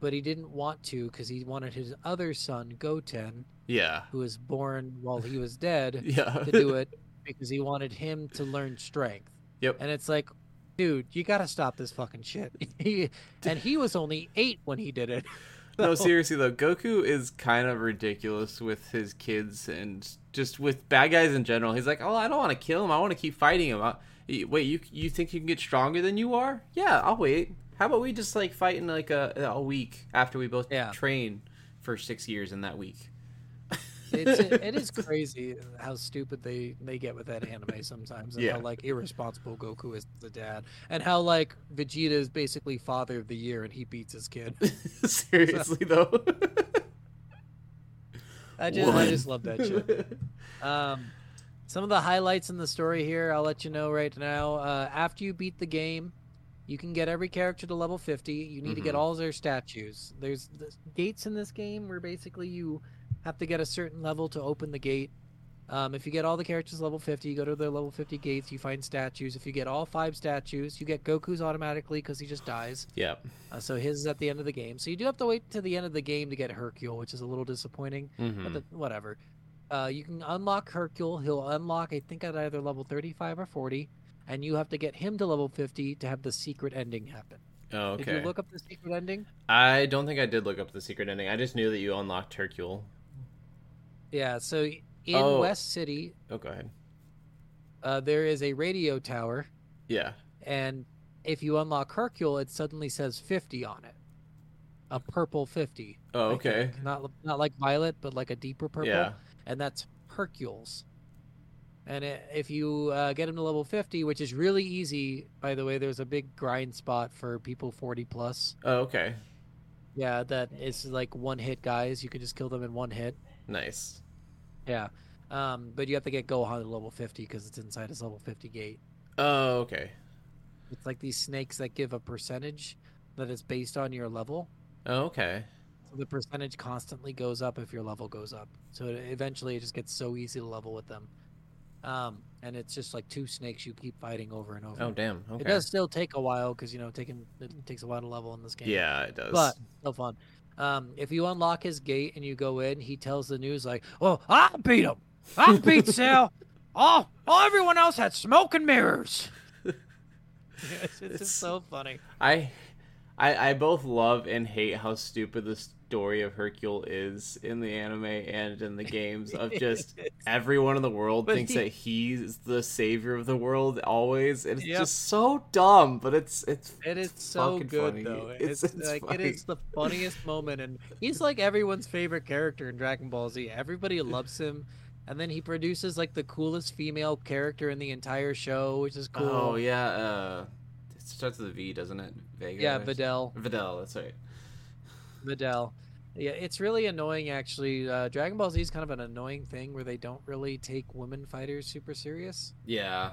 but he didn't want to because he wanted his other son Goten,
Yeah.
who was born while he was dead,
[LAUGHS] Yeah.
to do it because he wanted him to learn strength.
Yep.
And it's like, dude, you gotta stop this fucking shit. [LAUGHS] and he was only eight when he did it. [LAUGHS]
no, seriously though, Goku is kind of ridiculous with his kids and just with bad guys in general. He's like, "Oh, I don't want to kill him. I want to keep fighting him." I, y- wait, you you think you can get stronger than you are? Yeah, I'll wait. How about we just like fight in like a a week after we both
Yeah.
train for six years in that week? [LAUGHS]
it's it is crazy how stupid they they get with that anime sometimes and
Yeah.
how like irresponsible goku is the dad and how like vegeta is basically father of the year and he beats his kid
[LAUGHS] seriously though.
i just i
One.
just love
[LAUGHS]
that shit um some of the highlights in the story here i'll let you know right now uh after you beat the game you can get every character to level 50 you need to get
Mhm.
all their statues there's the gates in this game where basically you have to get a certain level to open the gate Um, if you get all the characters level 50, you go to their level 50 gates, you find statues. If you get all five statues, you get Goku's automatically because he just dies.
yep.
Uh, so his is at the end of the game. So you do have to wait to the end of the game to get Hercule, which is a little disappointing,
Mhm.
but the, whatever. Uh, you can unlock Hercule. He'll unlock, I think, at either level 35 or 40, and you have to get him to level 50 to have the secret ending happen.
Oh,
If you
okay.
look up the secret ending,
I don't think I did look up the secret ending. I just knew that you unlocked Hercule.
yeah, so in
Oh.
West City,
Oh, go ahead.
uh, there is a radio tower
Yeah.
and if you unlock Hercule, it suddenly says 50 on it. A purple 50.
Oh,
I
okay.
think. Not not like violet, but like a deeper purple.
Yeah.
And that's Hercules. And i if you uh, get him to level 50, which is really easy, by the way, there's a big grind spot for people 40 plus.
Oh, okay.
Yeah, that is like one hit guys. You can just kill them in one hit.
Nice.
Yeah. Um, but you have to get Gohan to level 50 because it's inside his level 50 gate.
Oh, okay.
It's like these snakes that give a percentage that is based on your level.
Oh, okay.
So the percentage constantly goes up if your level goes up. So it, eventually, it just gets so easy to level with them. Um, and it's just like two snakes you keep fighting over and over.
Oh, damn. Okay.
It does still take a while because you know taking it takes a while to level in this game.
Yeah, it does.
but still fun. Um, if you unlock his gate and you go in, he tells the news like, "Oh, I beat him. I
[LAUGHS]
beat Sal. Oh, oh, everyone else had smoke and mirrors." [LAUGHS] it's, it's
It's-
just so funny.
I, I, I both love and hate how stupid the story of Hercule is in the anime and in the games. Of
[LAUGHS]
just everyone in the world
But
thinks
he-
that he's the savior of the world always, and it's
Yep.
just so dumb. But it's it's
It is so
fucking
good
funny.
though.
It's-
It's,
it's
like
funny.
it is the
[LAUGHS]
funniest moment, and he's like everyone's favorite character in Dragon Ball Z. Everybody loves him. And then he produces like the coolest female character in the entire show, which is cool.
Oh yeah, uh, it starts with a V, doesn't it? Vega.
Yeah,
or s-
Videl.
Videl. That's right.
Videl. Yeah, it's really annoying actually. Uh, Dragon Ball Z is kind of an annoying thing where they don't really take women fighters super serious.
Yeah.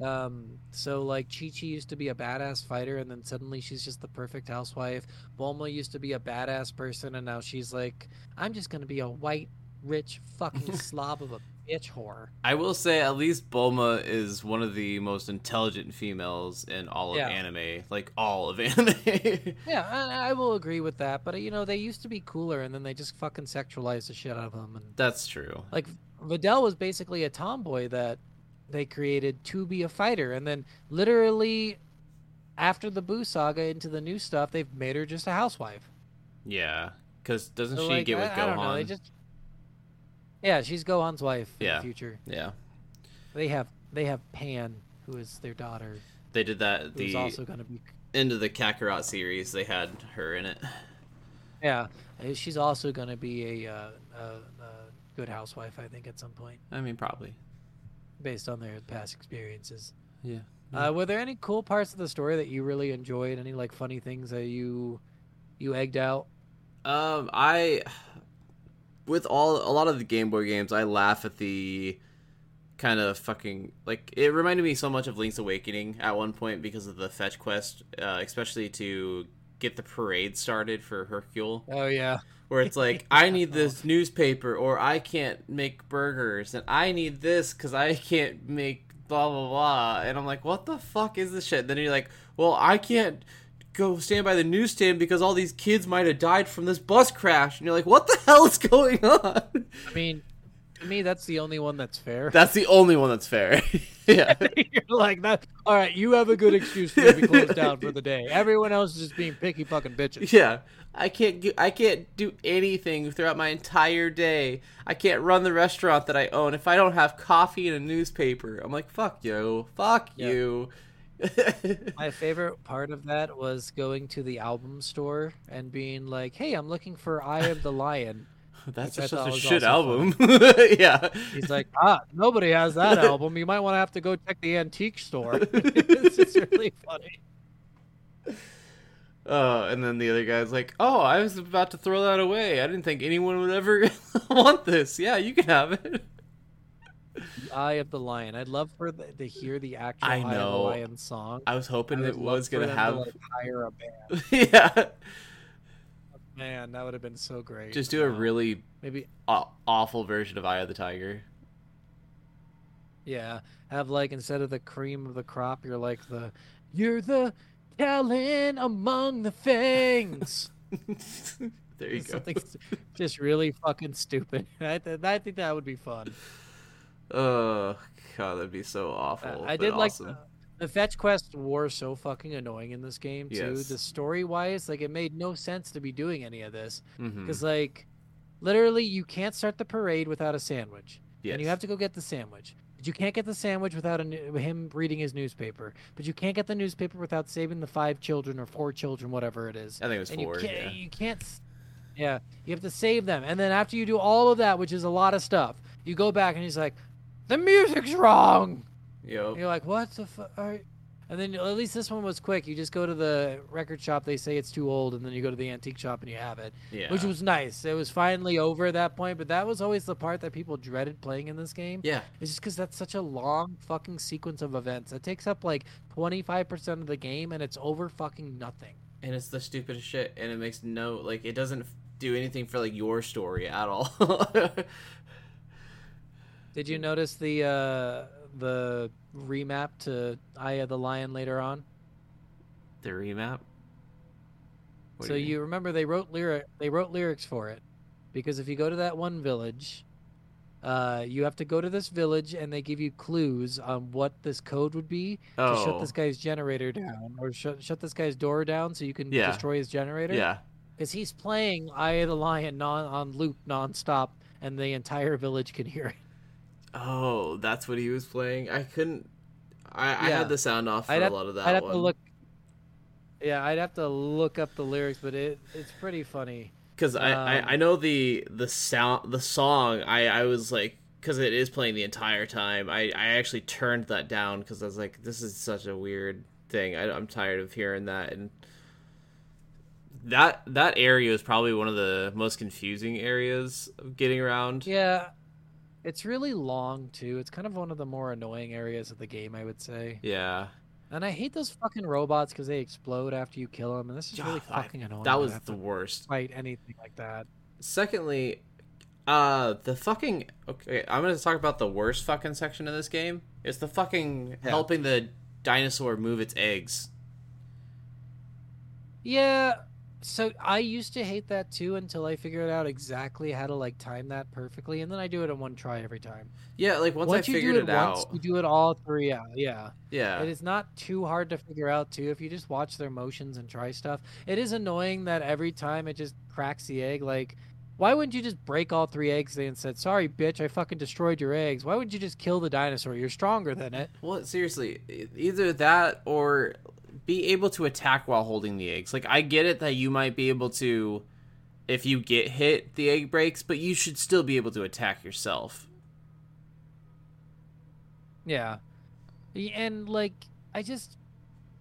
Um, so like Chi Chi used to be a badass fighter, and then suddenly she's just the perfect housewife. Bulma used to be a badass person, and now she's like, I'm just gonna be a white, rich, fucking slob of a bitch whore.
I will say, at least Bulma is one of the most intelligent females in all of
Yeah.
anime. Like all of [LAUGHS] anime.
Yeah, I, I will agree with that. But you know, they used to be cooler, and then they just fucking sexualized the shit out of them. And
that's true.
like Videl was basically a tomboy that they created to be a fighter, and then literally after the Boo saga into the new stuff, they've made her just a housewife.
Yeah, because doesn't
So,
she
like,
get with
I, I
Gohan?
don't know, they just- Yeah, she's Gohan's wife in
Yeah.
the future.
Yeah,
They have they have Pan, who is their daughter,
they did that at
who's
the
also gonna be
end of the Kakarot series. They had her in it.
yeah, uh, she's also gonna be a, uh, a, a good housewife, I think, at some point
I mean, probably.
based on their past experiences.
Yeah.
Uh, were there any cool parts of the story that you really enjoyed? Any like funny things that you you egged out?
Um, I with all a lot of the Game Boy games, I laugh at the kind of fucking like it reminded me so much of Link's Awakening at one point because of the fetch quest, uh, especially to get the parade started for Hercule,
Oh yeah,
where it's like I need this newspaper or I can't make burgers and I need this because I can't make blah blah blah, and I'm like, what the fuck is this shit? Then you're like, well, I can't go stand by the newsstand because all these kids might have died from this bus crash. And you're like, what the hell is [LAUGHS] going on?
I mean, to me, that's the only one that's fair.
That's the only one that's fair. [LAUGHS] yeah.
[LAUGHS] You're like that. All right, you have a good excuse for me to be closed down for the day. Everyone else is just being picky fucking bitches.
Yeah. I can't do, I can't do anything throughout my entire day. I can't run the restaurant that I own if I don't have coffee and a newspaper. I'm like, fuck you. Fuck
Yeah.
you.
[LAUGHS]
[LAUGHS]
My favorite part of that was going to the album store and being like, "Hey, I'm looking for Eye of the Lion."
That's
Which I
just such
thought
a
was
shit album.
also
[LAUGHS] yeah.
He's like, "Ah, nobody has [LAUGHS] that album. You might want to have to go check the
[LAUGHS]
antique store." [LAUGHS] it's just really funny.
Oh, and then the other guy's like, "Oh, I was about to throw that away. I didn't think anyone would ever [LAUGHS] want this. Yeah, you can have it."
The Eye of the Lion. I'd love for the, to hear the actual
I
Eye of the
know.
Lion song.
I was hoping
I would
it
love
was
for
gonna
them
have,
like, hire a band.
[LAUGHS]
[LAUGHS]
yeah,
Man, that would have been so great.
just do a
Wow.
really
maybe
aw- awful version of Eye of the Tiger.
Yeah, have like instead of the cream of the crop, you're like the you're the talent among the fangs.
[LAUGHS] there you go.
Something s- just really fucking stupid. [LAUGHS] I, th- I think that would
[LAUGHS]
be fun.
Oh god, that'd be so
Uh,
awful.
I
but
did like
Oh, awesome.
the, the fetch quests were so fucking annoying in this game too.
Yes.
The story wise, like it made no sense to be doing any of this
Mhm.
because like literally you can't start the parade without a sandwich.
Yes.
and you have to go get the sandwich. But you can't get the sandwich without a, nu- him reading his newspaper. But you can't get the newspaper without saving the five children or four children, whatever it is.
I think it was
and
four.
you can't.
yeah.
You can't. s- Yeah, you have to save them, and then after you do all of that, which is a lot of stuff, you go back and he's like, "The music's wrong."
Yup.
And you're like, "What the fuck?" And then at least this one was quick. You just go to the record shop. They say it's too old, and then you go to the antique shop and you have it
Yeah.
which was nice. It was finally over at that point, but that was always the part that people dreaded playing in this game.
yeah.
It's just because that's such a long fucking sequence of events. It takes up like 25% of the game and it's over fucking nothing.
And it's the stupidest shit, and it makes no like it doesn't f- do anything for like your story at all. [LAUGHS]
Did you notice the uh the remap to Eye of the Lion later on?
The remap. What
so
do
you,
mean?
remember they wrote lyric they wrote lyrics for it because if you go to that one village uh, you have to go to this village and they give you clues on what this code would be to shut
Oh.
this guy's generator down or shut, shut this guy's door down so you can
Yeah.
destroy his generator.
yeah.
Because he's playing Eye of the Lion non- on loop nonstop and the entire village can hear it.
Oh, that's what he was playing. I couldn't. I, I
Yeah.
had the sound off for
I'd
a
have-
lot of that
I'd have
one.
to look. Yeah, I'd have to look up the lyrics, but it it's pretty funny.
because I,
Um,
I I know the the sound the song I I was like because it is playing the entire time. I, I actually turned that down because I was like, this is such a weird thing. I, I'm tired of hearing that. And that that area is probably one of the most confusing areas of getting around.
Yeah. It's really long too. It's kind of one of the more annoying areas of the game, I would say.
Yeah.
And I hate those fucking robots because they explode after you kill them, and this is really
God, I-
fucking annoying.
that
to
was
have
the
to
worst.
fight anything like that.
Secondly, uh, the fucking okay. I'm gonna talk about the worst fucking section of this game. It's the fucking helping the dinosaur move its eggs.
Yeah. So I used to hate that too until I figured out exactly how to like time that perfectly, and then I do it in one try every time.
Yeah, like once, I
you
figured
do
it,
it,
out.
once, you do it all three out. Yeah.
yeah,
It is not too hard to figure out too if you just watch their motions and try stuff. It is annoying that every time it just cracks the egg. Like, why wouldn't you just break all three eggs and said, "Sorry, bitch, I fucking destroyed your eggs." Why wouldn't you just kill the dinosaur? You're stronger than it.
Well, seriously, e- either that or be able to attack while holding the eggs. Like, I get it that you might be able to, if you get hit, the egg breaks, but you should still be able to attack yourself.
Yeah. Y- And like I just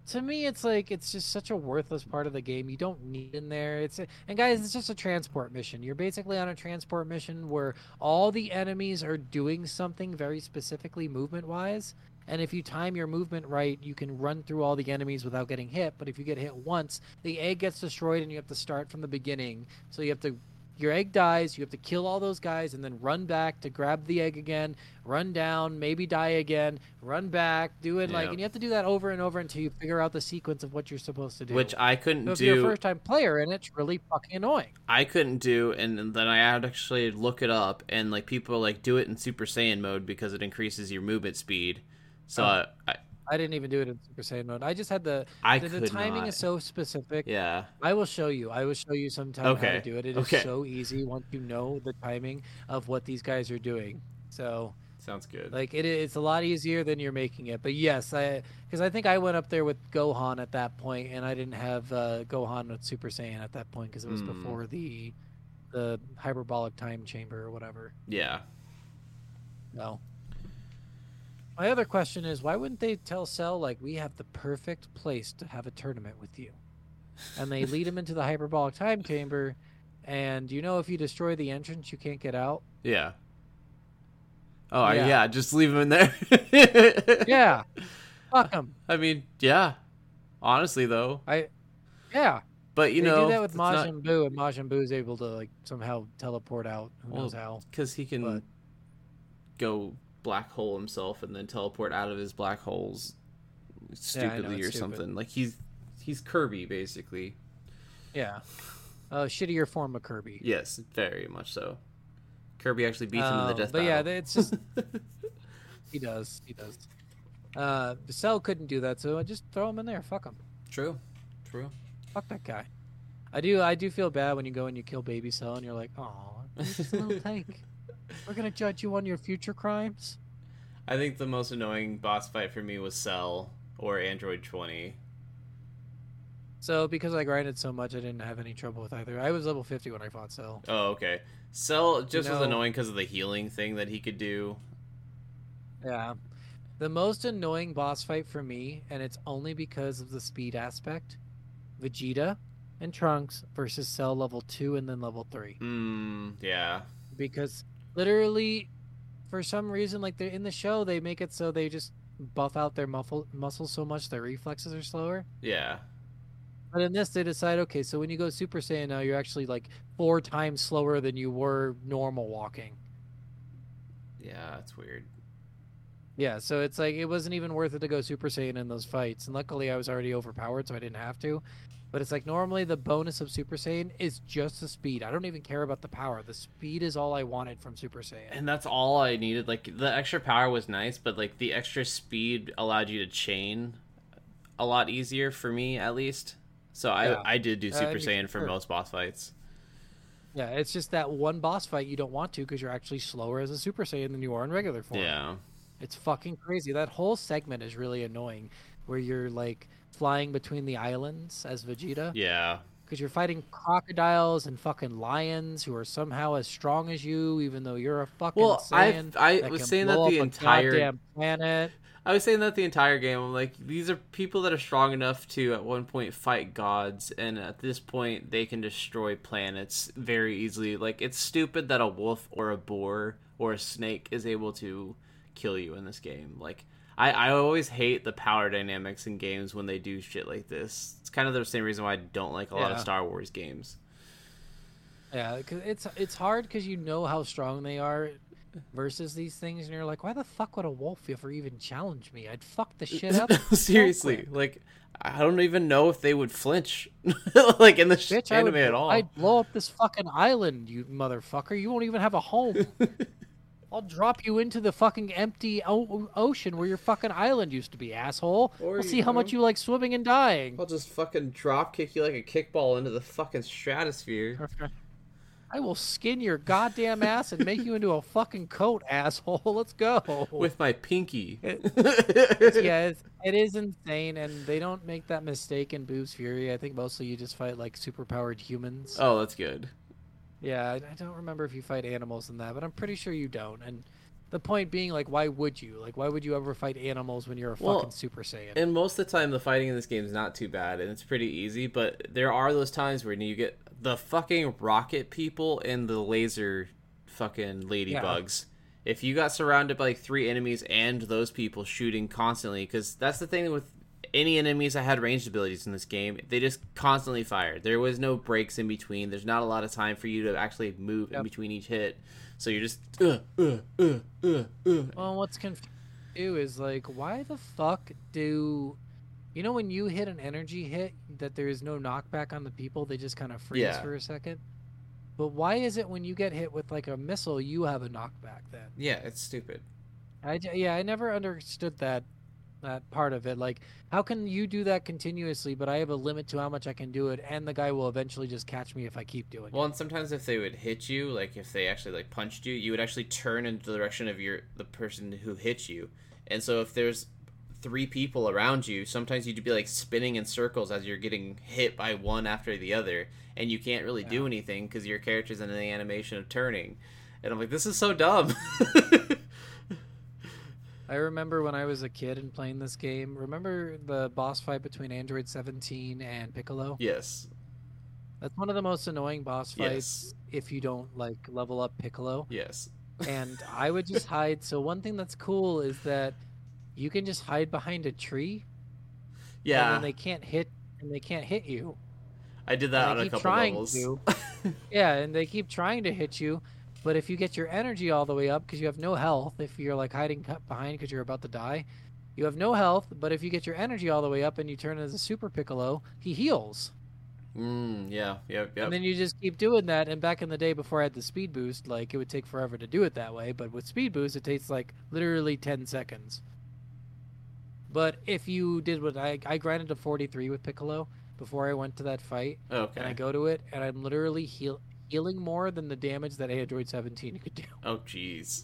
to me it's like it's just such a worthless part of the game. You don't need in there. It's a, and guys, it's just a transport mission. You're basically on a transport mission where all the enemies are doing something very specifically movement-wise. And if you time your movement right, you can run through all the enemies without getting hit, but if you get hit once, the egg gets destroyed and you have to start from the beginning. So you have to your egg dies, you have to kill all those guys and then run back to grab the egg again, run down, maybe die again, run back, do it like
Yeah.
and you have to do that over and over until you figure out the sequence of what you're supposed to do.
Which I couldn't
so if you're a
do.
first time player and it's really fucking annoying.
I couldn't do, and then I had to actually look it up, and like people like do it in Super Saiyan mode because it increases your movement speed. So
Oh.
I, I,
I didn't even do it in Super Saiyan mode. I just had the
I
the, the
could
timing
not.
is so specific.
yeah,
I will show you. I will show you sometime how
Okay.
to do it. It is
Okay.
so easy once you know the timing of what these guys are doing. So
sounds good.
Like it, it's a lot easier than you're making it. But yes, I because I think I went up there with Gohan at that point, and I didn't have uh, Gohan with Super Saiyan at that point because it was
Hmm.
before the the hyperbolic time chamber or whatever.
yeah,
No. My other question is, why wouldn't they tell Cell like we have the perfect place to have a tournament with you? And they lead him into the hyperbolic time chamber, and you know if you destroy the entrance, you can't get out.
yeah. Oh I-
Yeah.
yeah. just leave him in there.
Yeah, fuck him.
[LAUGHS] I mean, yeah. Honestly, though,
I, yeah.
but you
they
know,
do that with
it's not-
Majin Buu, and Majin Buu is able to like somehow teleport out. Who knows how?
because he can
But-
go black hole himself and then teleport out of his black holes stupidly
it's
or
stupid.
something. Like he's he's Kirby basically.
Yeah, a shittier form of Kirby.
Yes, very much so. Kirby actually beats him in the
Um,
death
but
battle.
yeah, they- it's
[LAUGHS]
just he does. He does. Uh, Cell couldn't do that, so I just throw him in there. Fuck him.
true, true.
Fuck that guy. I do. I do feel bad when you go and you kill Baby Cell, and you're like, "Oh,
[LAUGHS]
just a little tank. We're gonna judge you on your future crimes."
I think the most annoying boss fight for me was Cell or Android Twenty.
So because I grinded so much, I didn't have any trouble with either. I was level fifty when I fought Cell.
Oh, okay. Cell just was
know-
annoying because of the healing thing that he could do.
Yeah. The most annoying boss fight for me, and it's only because of the speed aspect, Vegeta and Trunks versus Cell level 2 and then level 3.
Mm, yeah.
Because literally, for some reason, like they're in the show, they make it so they just buff out their muffle, muscles so much their reflexes are slower.
Yeah.
But in this, they decide, okay, so when you go Super Saiyan now, you're actually like four times slower than you were normal walking.
Yeah, it's weird.
Yeah, so it's like it wasn't even worth it to go Super Saiyan in those fights. And luckily I was already overpowered, so I didn't have to. But it's like normally the bonus of Super Saiyan is just the speed. I don't even care about the power. The speed is all I wanted from Super Saiyan.
And that's all I needed. Like the extra power was nice, but like the extra speed allowed you to chain a lot easier for me at least. So
Yeah.
I I did do
Uh,
Super
you-
Saiyan for
sure.
most boss fights.
Yeah, it's just that one boss fight you don't want to because you're actually slower as a Super Saiyan than you are in regular form.
Yeah.
It's fucking crazy. That whole segment is really annoying where you're like flying between the islands as Vegeta.
Yeah.
because you're fighting crocodiles and fucking lions who are somehow as strong as you, even though you're a fucking.
Well, I-
Saiyan
I
that
was
can
saying
blow
that the
up a
entire-
goddamn planet.
I was saying that the entire game. I'm like, these are people that are strong enough to, at one point, fight gods, and at this point, they can destroy planets very easily. Like, it's stupid that a wolf or a boar or a snake is able to kill you in this game. Like, I, I always hate the power dynamics in games when they do shit like this. It's kind of the same reason why I don't like a lot of
Yeah.
Star Wars [LAUGHS] games.
Yeah, 'cause it's it's hard because you know how strong they are versus these things, and you're like, why the fuck would a wolf ever even challenge me? I'd
[LAUGHS]
fuck the shit up. so
Seriously,
quick.
like, I don't even know if they would flinch, [LAUGHS] like, in the sh-
bitch! I
anime
would,
at all.
I'd blow up this fucking island, you motherfucker. You won't even have
[LAUGHS]
a home. I'll drop you into the fucking empty o- ocean where your fucking island used to be, asshole.
Or
we'll
you
see how much
know-
you like swimming and dying.
I'll just fucking drop kick you like a kickball into the fucking stratosphere.
I will skin your goddamn ass and make you into a fucking coat, [LAUGHS] asshole. Let's go.
With my pinky.
[LAUGHS]
[LAUGHS]
yeah, it's, it is insane, and they don't make that mistake in Boobs Fury. I think mostly you just fight like superpowered humans.
oh, that's good.
Yeah, I, I don't remember if you fight animals in that, but I'm pretty sure you don't. And the point being, like, why would you? Like, why would you ever fight animals when you're a
Well,
fucking Super Saiyan?
And most of the time, the fighting in this game is not too bad, and it's pretty easy. But there are those times where you get the fucking rocket people and the laser fucking ladybugs. If you got surrounded by like three enemies and those people shooting constantly, because that's the thing with any enemies that had ranged abilities in this game, they just constantly fired. There was no breaks in between. There's not a lot of time for you to actually move in
Yep.
between each hit. So you're just uh, uh, uh, uh, uh,
Well, what's confusing too is like, why the fuck do you know when you hit an energy hit that there is no knockback on the people? They just kind of freeze
Yeah.
for a second. But why is it when you get hit with like a missile, you have a knockback then?
yeah, it's stupid.
I j- yeah, I never understood that that part of it. Like, how can you do that continuously? But I have a limit to how much I can do it, and the guy will eventually just catch me if I keep doing
Well, and sometimes if they would hit you, like if they actually like punched you, you would actually turn in the direction of your the person who hit you. And so if there's three people around you, sometimes you'd be like spinning in circles as you're getting hit by one after the other, and you can't really do anything because your character's in the animation of turning. And I'm like, this is so dumb. [LAUGHS]
it. I remember when I was a kid and playing this game. Remember the boss fight between Android 17 and Piccolo?
yes.
That's one of the most annoying boss
Yes.
fights if you don't like level up Piccolo.
Yes.
and I would just hide. So one thing that's cool is that you can just hide behind a tree, and
Yeah.
then they can't hit and they can't hit you.
I did that
And
on
they
a
keep
couple
trying
levels.
to.
[LAUGHS]
yeah, and they keep trying to hit you, but if you get your energy all the way up because you have no health, if you're like hiding cu- behind because you're about to die, you have no health. But if you get your energy all the way up and you turn as a super Piccolo, he heals.
Mm, yeah. Yep. Yep.
And then you just keep doing that. And back in the day before I had the speed boost, like it would take forever to do it that way. But with speed boost, it takes like literally 10 seconds. But if you did what I, I grinded to 43 with Piccolo before I went to that fight,
okay.
and I go to it, and I'm literally heal- healing more than the damage that Android 17 could do. [LAUGHS]
oh, jeez.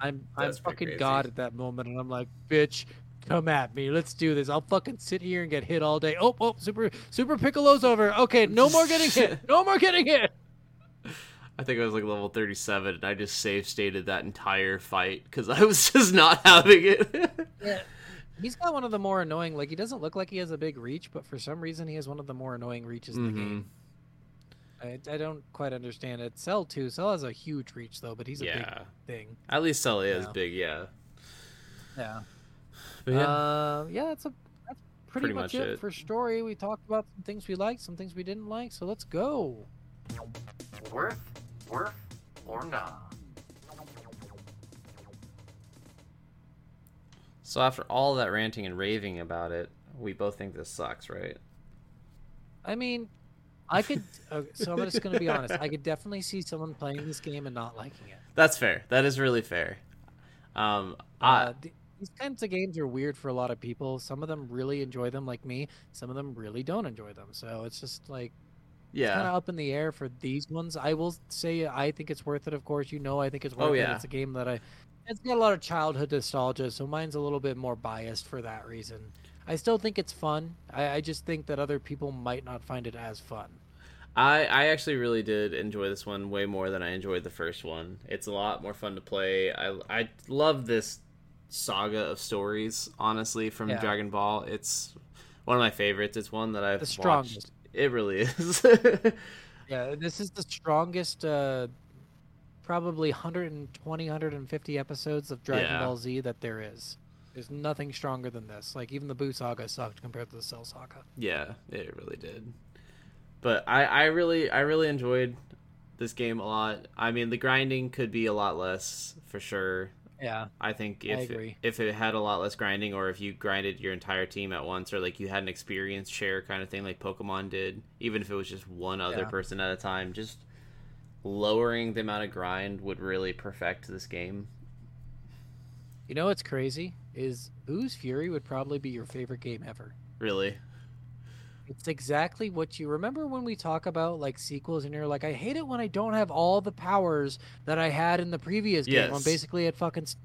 I'm
That's pretty
I'm fucking
crazy.
god at that moment, and I'm like, bitch, come at me, let's do this. I'll fucking sit here and get hit all day. Oh, oh, super super Piccolo's over. Okay, no more
[LAUGHS]
getting hit. No more getting hit.
I think I was like level 37 and I just save stated that entire fight because I was [LAUGHS] just not having it.
He's got one of the more annoying. Like he doesn't look like he has a big reach, but for some reason he has one of the more annoying reaches in
Mm-hmm.
the game. I, I don't quite understand it. Cell too. Cell has a huge reach though, but he's a
Mm-hmm. Yeah.
big thing.
At least Sully is
Yeah.
big, yeah.
Yeah.
But yeah.
Uh, yeah, that's a that's pretty,
Pretty
much,
much
it,
it.
for story. We talked about some things we liked, some things we didn't like. So let's go.
Worth, worth, or not.
so after all that ranting and raving about it, we both think this sucks, right?
I mean, I could. Uh, so I'm just gonna be honest. I could definitely see someone playing this game and not liking [LAUGHS] it.
That's fair. That is really fair. Um,
Uh,
I,
th- these kinds of games are weird for a lot of people. Some of them really enjoy them, like me. Some of them really don't enjoy them. So it's just like kind
yeah.
of up in the air for these ones. I will say I think it's worth it. Of course, you know I think it's worth
Oh,
it.
yeah.
It's a game that I it's got a lot of childhood nostalgia, so mine's a little bit more biased for that reason. I still think it's fun. I, I just think that other people might not find it as fun.
I, I actually really did enjoy this one way more than I enjoyed the first one. It's a lot more fun to play. I, I love this saga of stories, honestly, from
Yeah.
Dragon Ball. It's one of my favorites. It's one that I've
The
watched.
strongest.
It really is. [LAUGHS]
Yeah, this is the strongest, uh, probably 120, 150 episodes of Dragon
Yeah.
Ball Z that there is. There's nothing stronger than this. Like, even the Buu Saga sucked compared to the Cell Saga.
yeah, it really did. But I, I really I really enjoyed this game a lot. I mean, the grinding could be a lot less for sure.
Yeah.
I think if
agree.
if it had a lot less grinding, or if you grinded your entire team at once, or like you had an experience share kind of thing, like Pokemon did, even if it was just one other
Yeah.
person at a time, just lowering the amount of grind would really perfect this game.
You know what's crazy? Is Boo's Fury would probably be your favorite game ever.
Really,
It's exactly what you remember when we talk about like sequels, and you're like, I hate it when I don't have all the powers that I had in the previous game. I'm
Yes.
basically at fucking. St-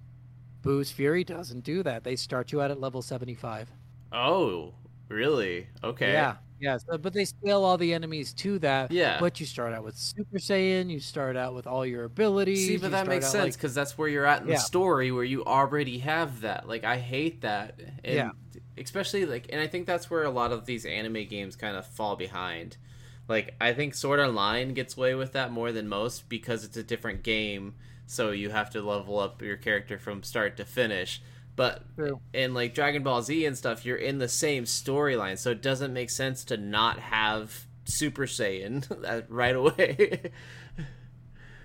Boo's Fury doesn't do that. They start you out at level 75.
oh, really? Okay,
Yeah. Yeah. So, but they scale all the enemies to that.
Yeah.
But you start out with Super Saiyan. You start out with all your abilities.
See,
you
but that
start
makes
out,
sense
like-
because that's where you're at in
Yeah.
the story, where you already have that. Like, I hate that, and
Yeah.
especially like, and I think that's where a lot of these anime games kind of fall behind. Like, I think Sword Online gets away with that more than most because it's a different game, so you have to level up your character from start to finish. But
True.
in like Dragon Ball Z and stuff, you're in the same storyline, so it doesn't make sense to not have Super Saiyan [LAUGHS] right away.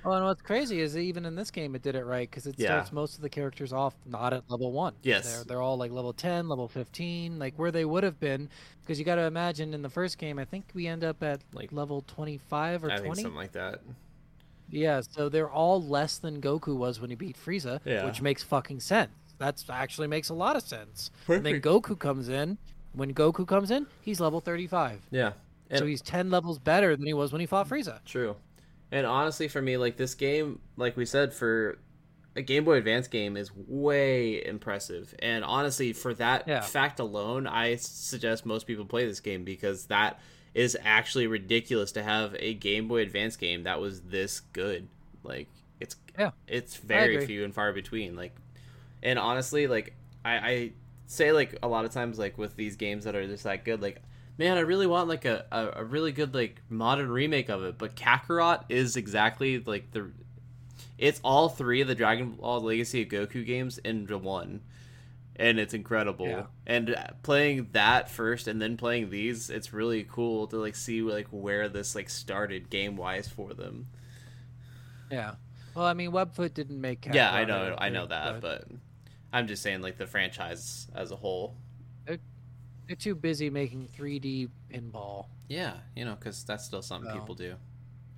Oh, and what's crazy is that even in this game, it did it right because it
Yeah.
starts most of the characters off not at level one.
Yes.
They're, they're all like level 10, level 15, like where they would have been. Because you got to imagine in the first game, I think we end up at
Like-
like level 25 or
I
20.
think something like that.
Yeah, so they're all less than Goku was when he beat Frieza,
Yeah.
which makes fucking sense. That actually makes a lot of sense. And then Goku comes in. When Goku comes in, he's level 35.
Yeah. And
so he's 10 levels better than he was when he fought Frieza.
True. And honestly, for me, like this game, like we said, for a Game Boy Advance game is way impressive. And honestly, for that
Yeah.
fact alone, I s- suggest most people play this game because that is actually ridiculous to have a Game Boy Advance game that was this good. Like it's
Yeah.
it's very
agree.
few and far between. Like and honestly, like I, I say like a lot of times like with these games that are just that good, like man, I really want like a, a, a really good like modern remake of it. But Kakarot is exactly like the it's all three of the Dragon Ball Legacy of Goku games into one. And it's incredible.
Yeah.
And uh, playing that first and then playing these, it's really cool to like see like where this like started game wise for them.
Yeah. Well, I mean, Webfoot didn't make Kakarot.
yeah, I know
don't
I know
think,
that, but I'm just saying like the franchise as a whole.
They're too busy making 3D pinball.
Yeah, you know, because that's still something
Well.
people do.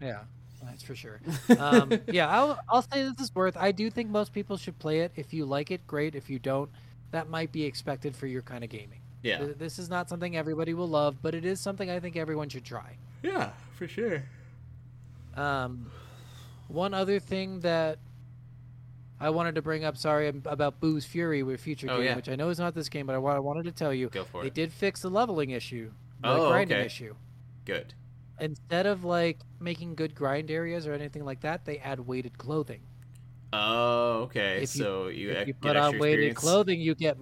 Yeah, that's
[LAUGHS]
for sure. Um, yeah, I'll, I'll say this is worth. I do think most people should play it. If you like it, great. If you don't, that might be expected for your kind of gaming.
Yeah.
Th- This is not something everybody will love, but it is something I think everyone should try.
Yeah, for sure.
Um, one other thing that I wanted to bring up, sorry, ab- about Boo's Fury with Future
Oh,
Game,
yeah.
which I know is not this game, but I, wa- I wanted to tell you.
Go for
they
it.
did fix the leveling issue, the
Oh,
grinding
okay.
issue.
Good.
Instead of like making good grind areas or anything like that, they add weighted clothing.
Oh, okay.
If you-
so you,
if
ex-
you
get
put
extra
on weighted
experience.
clothing, you get.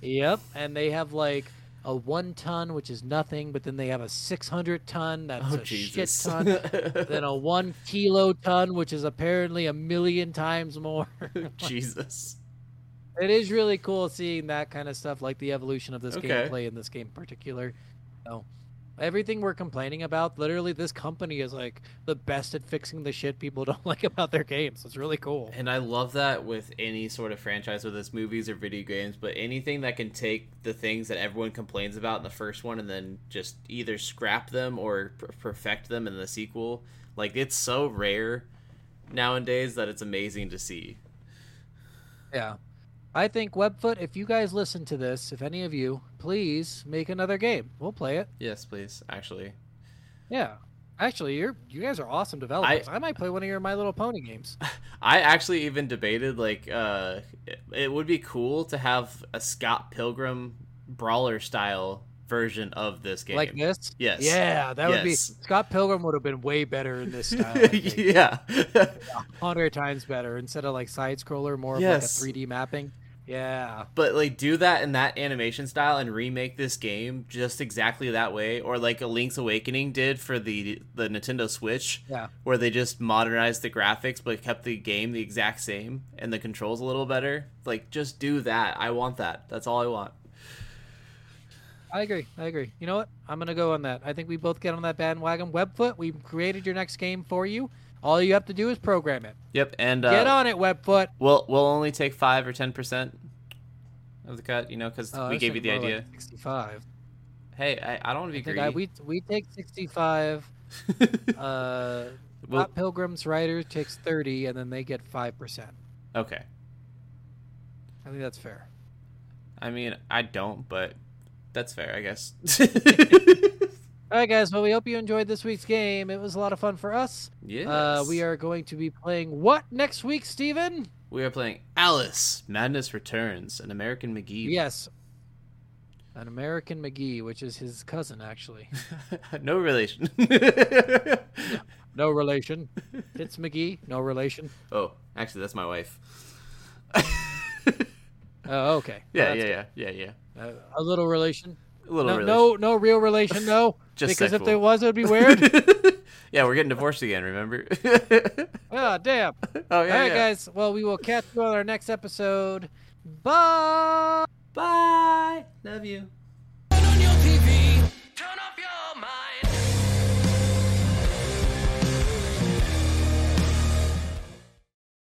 Yep, and they have like a one ton, which is nothing, but then they have a six hundred ton, that's
Oh,
a
Jesus.
shit
[LAUGHS]
ton, then a one kilo ton, which is apparently a million times more. [LAUGHS]
Jesus.
it is really cool seeing that kind of stuff, like the evolution of this
Okay.
gameplay in this game in particular. So, everything we're complaining about, literally, this company is like the best at fixing the shit people [LAUGHS] don't like about their games. It's really cool.
And I love that with any sort of franchise, whether it's movies or video games, but anything that can take the things that everyone complains about in the first one and then just either scrap them or per- perfect them in the sequel. Like, it's so rare nowadays that it's amazing to see.
Yeah. I think Webfoot, if you guys listen to this, if any of you, please make another game. We'll play it.
Yes, please. Actually,
Yeah. Actually, you're you guys are awesome developers. I, might play one of your My Little Pony games.
I actually even debated like uh, it, it would be cool to have a Scott Pilgrim brawler style version of this game.
Like this?
Yes. [LAUGHS]
Yeah, that would be
Yes.
Scott Pilgrim would have been way better in this style.
[LAUGHS]
I think.
yeah. [LAUGHS]
hundred times better instead of like side scroller, more
Yes.
of like a 3D mapping. Yeah,
but like do that in that animation style and remake this game just exactly that way or like a Link's Awakening did for the the Nintendo Switch
yeah.
where they just modernized the graphics but kept the game the exact same and the controls a little better. Like just do that. I want that. That's all I want.
I agree. I agree. You know what? I'm gonna go on that. I think we both get on that bandwagon. Webfoot, we created your next game for you. All you have to do is program it.
Yep, and
get
uh,
on it, Webfoot.
we'll we'll only take 5 or 10% of the cut, you know, cuz
Oh, I
we
was
gave you the
thinking more
idea.
like 65.
Hey, I, I don't want to be
I think I,
greedy.
we we take 65. Uh,
[LAUGHS] Well-
Scott Pilgrim's writer takes 30, and then they get five percent.
okay.
I think that's fair.
I mean, I don't, but that's fair, I [LAUGHS] guess.
All right, guys. Well, we hope you enjoyed this week's game. It was a lot of fun for us.
yes.
Uh, we are going to be playing what next week, Steven?
we are playing Alice Madness Returns, an American McGee.
Yes. An American McGee, which is his
[LAUGHS]
cousin, actually.
[LAUGHS] no relation. [LAUGHS]
No relation. Fitz McGee, no relation.
oh, actually, that's my wife. [LAUGHS]
Oh, okay.
[LAUGHS] Yeah,
Well,
yeah,
that's
yeah, yeah, yeah.
good. Uh, a little relation.
A little
no,
relation.
no, no real relation, no.
[LAUGHS] Just
because
sexual.
if there was, it would
[LAUGHS]
be weird.
yeah, we're getting divorced again. Remember? [LAUGHS] oh
Ah, damn.
yeah,
All right,
yeah.
guys. Well, we will catch you on our next episode. Bye.
Bye. Love you.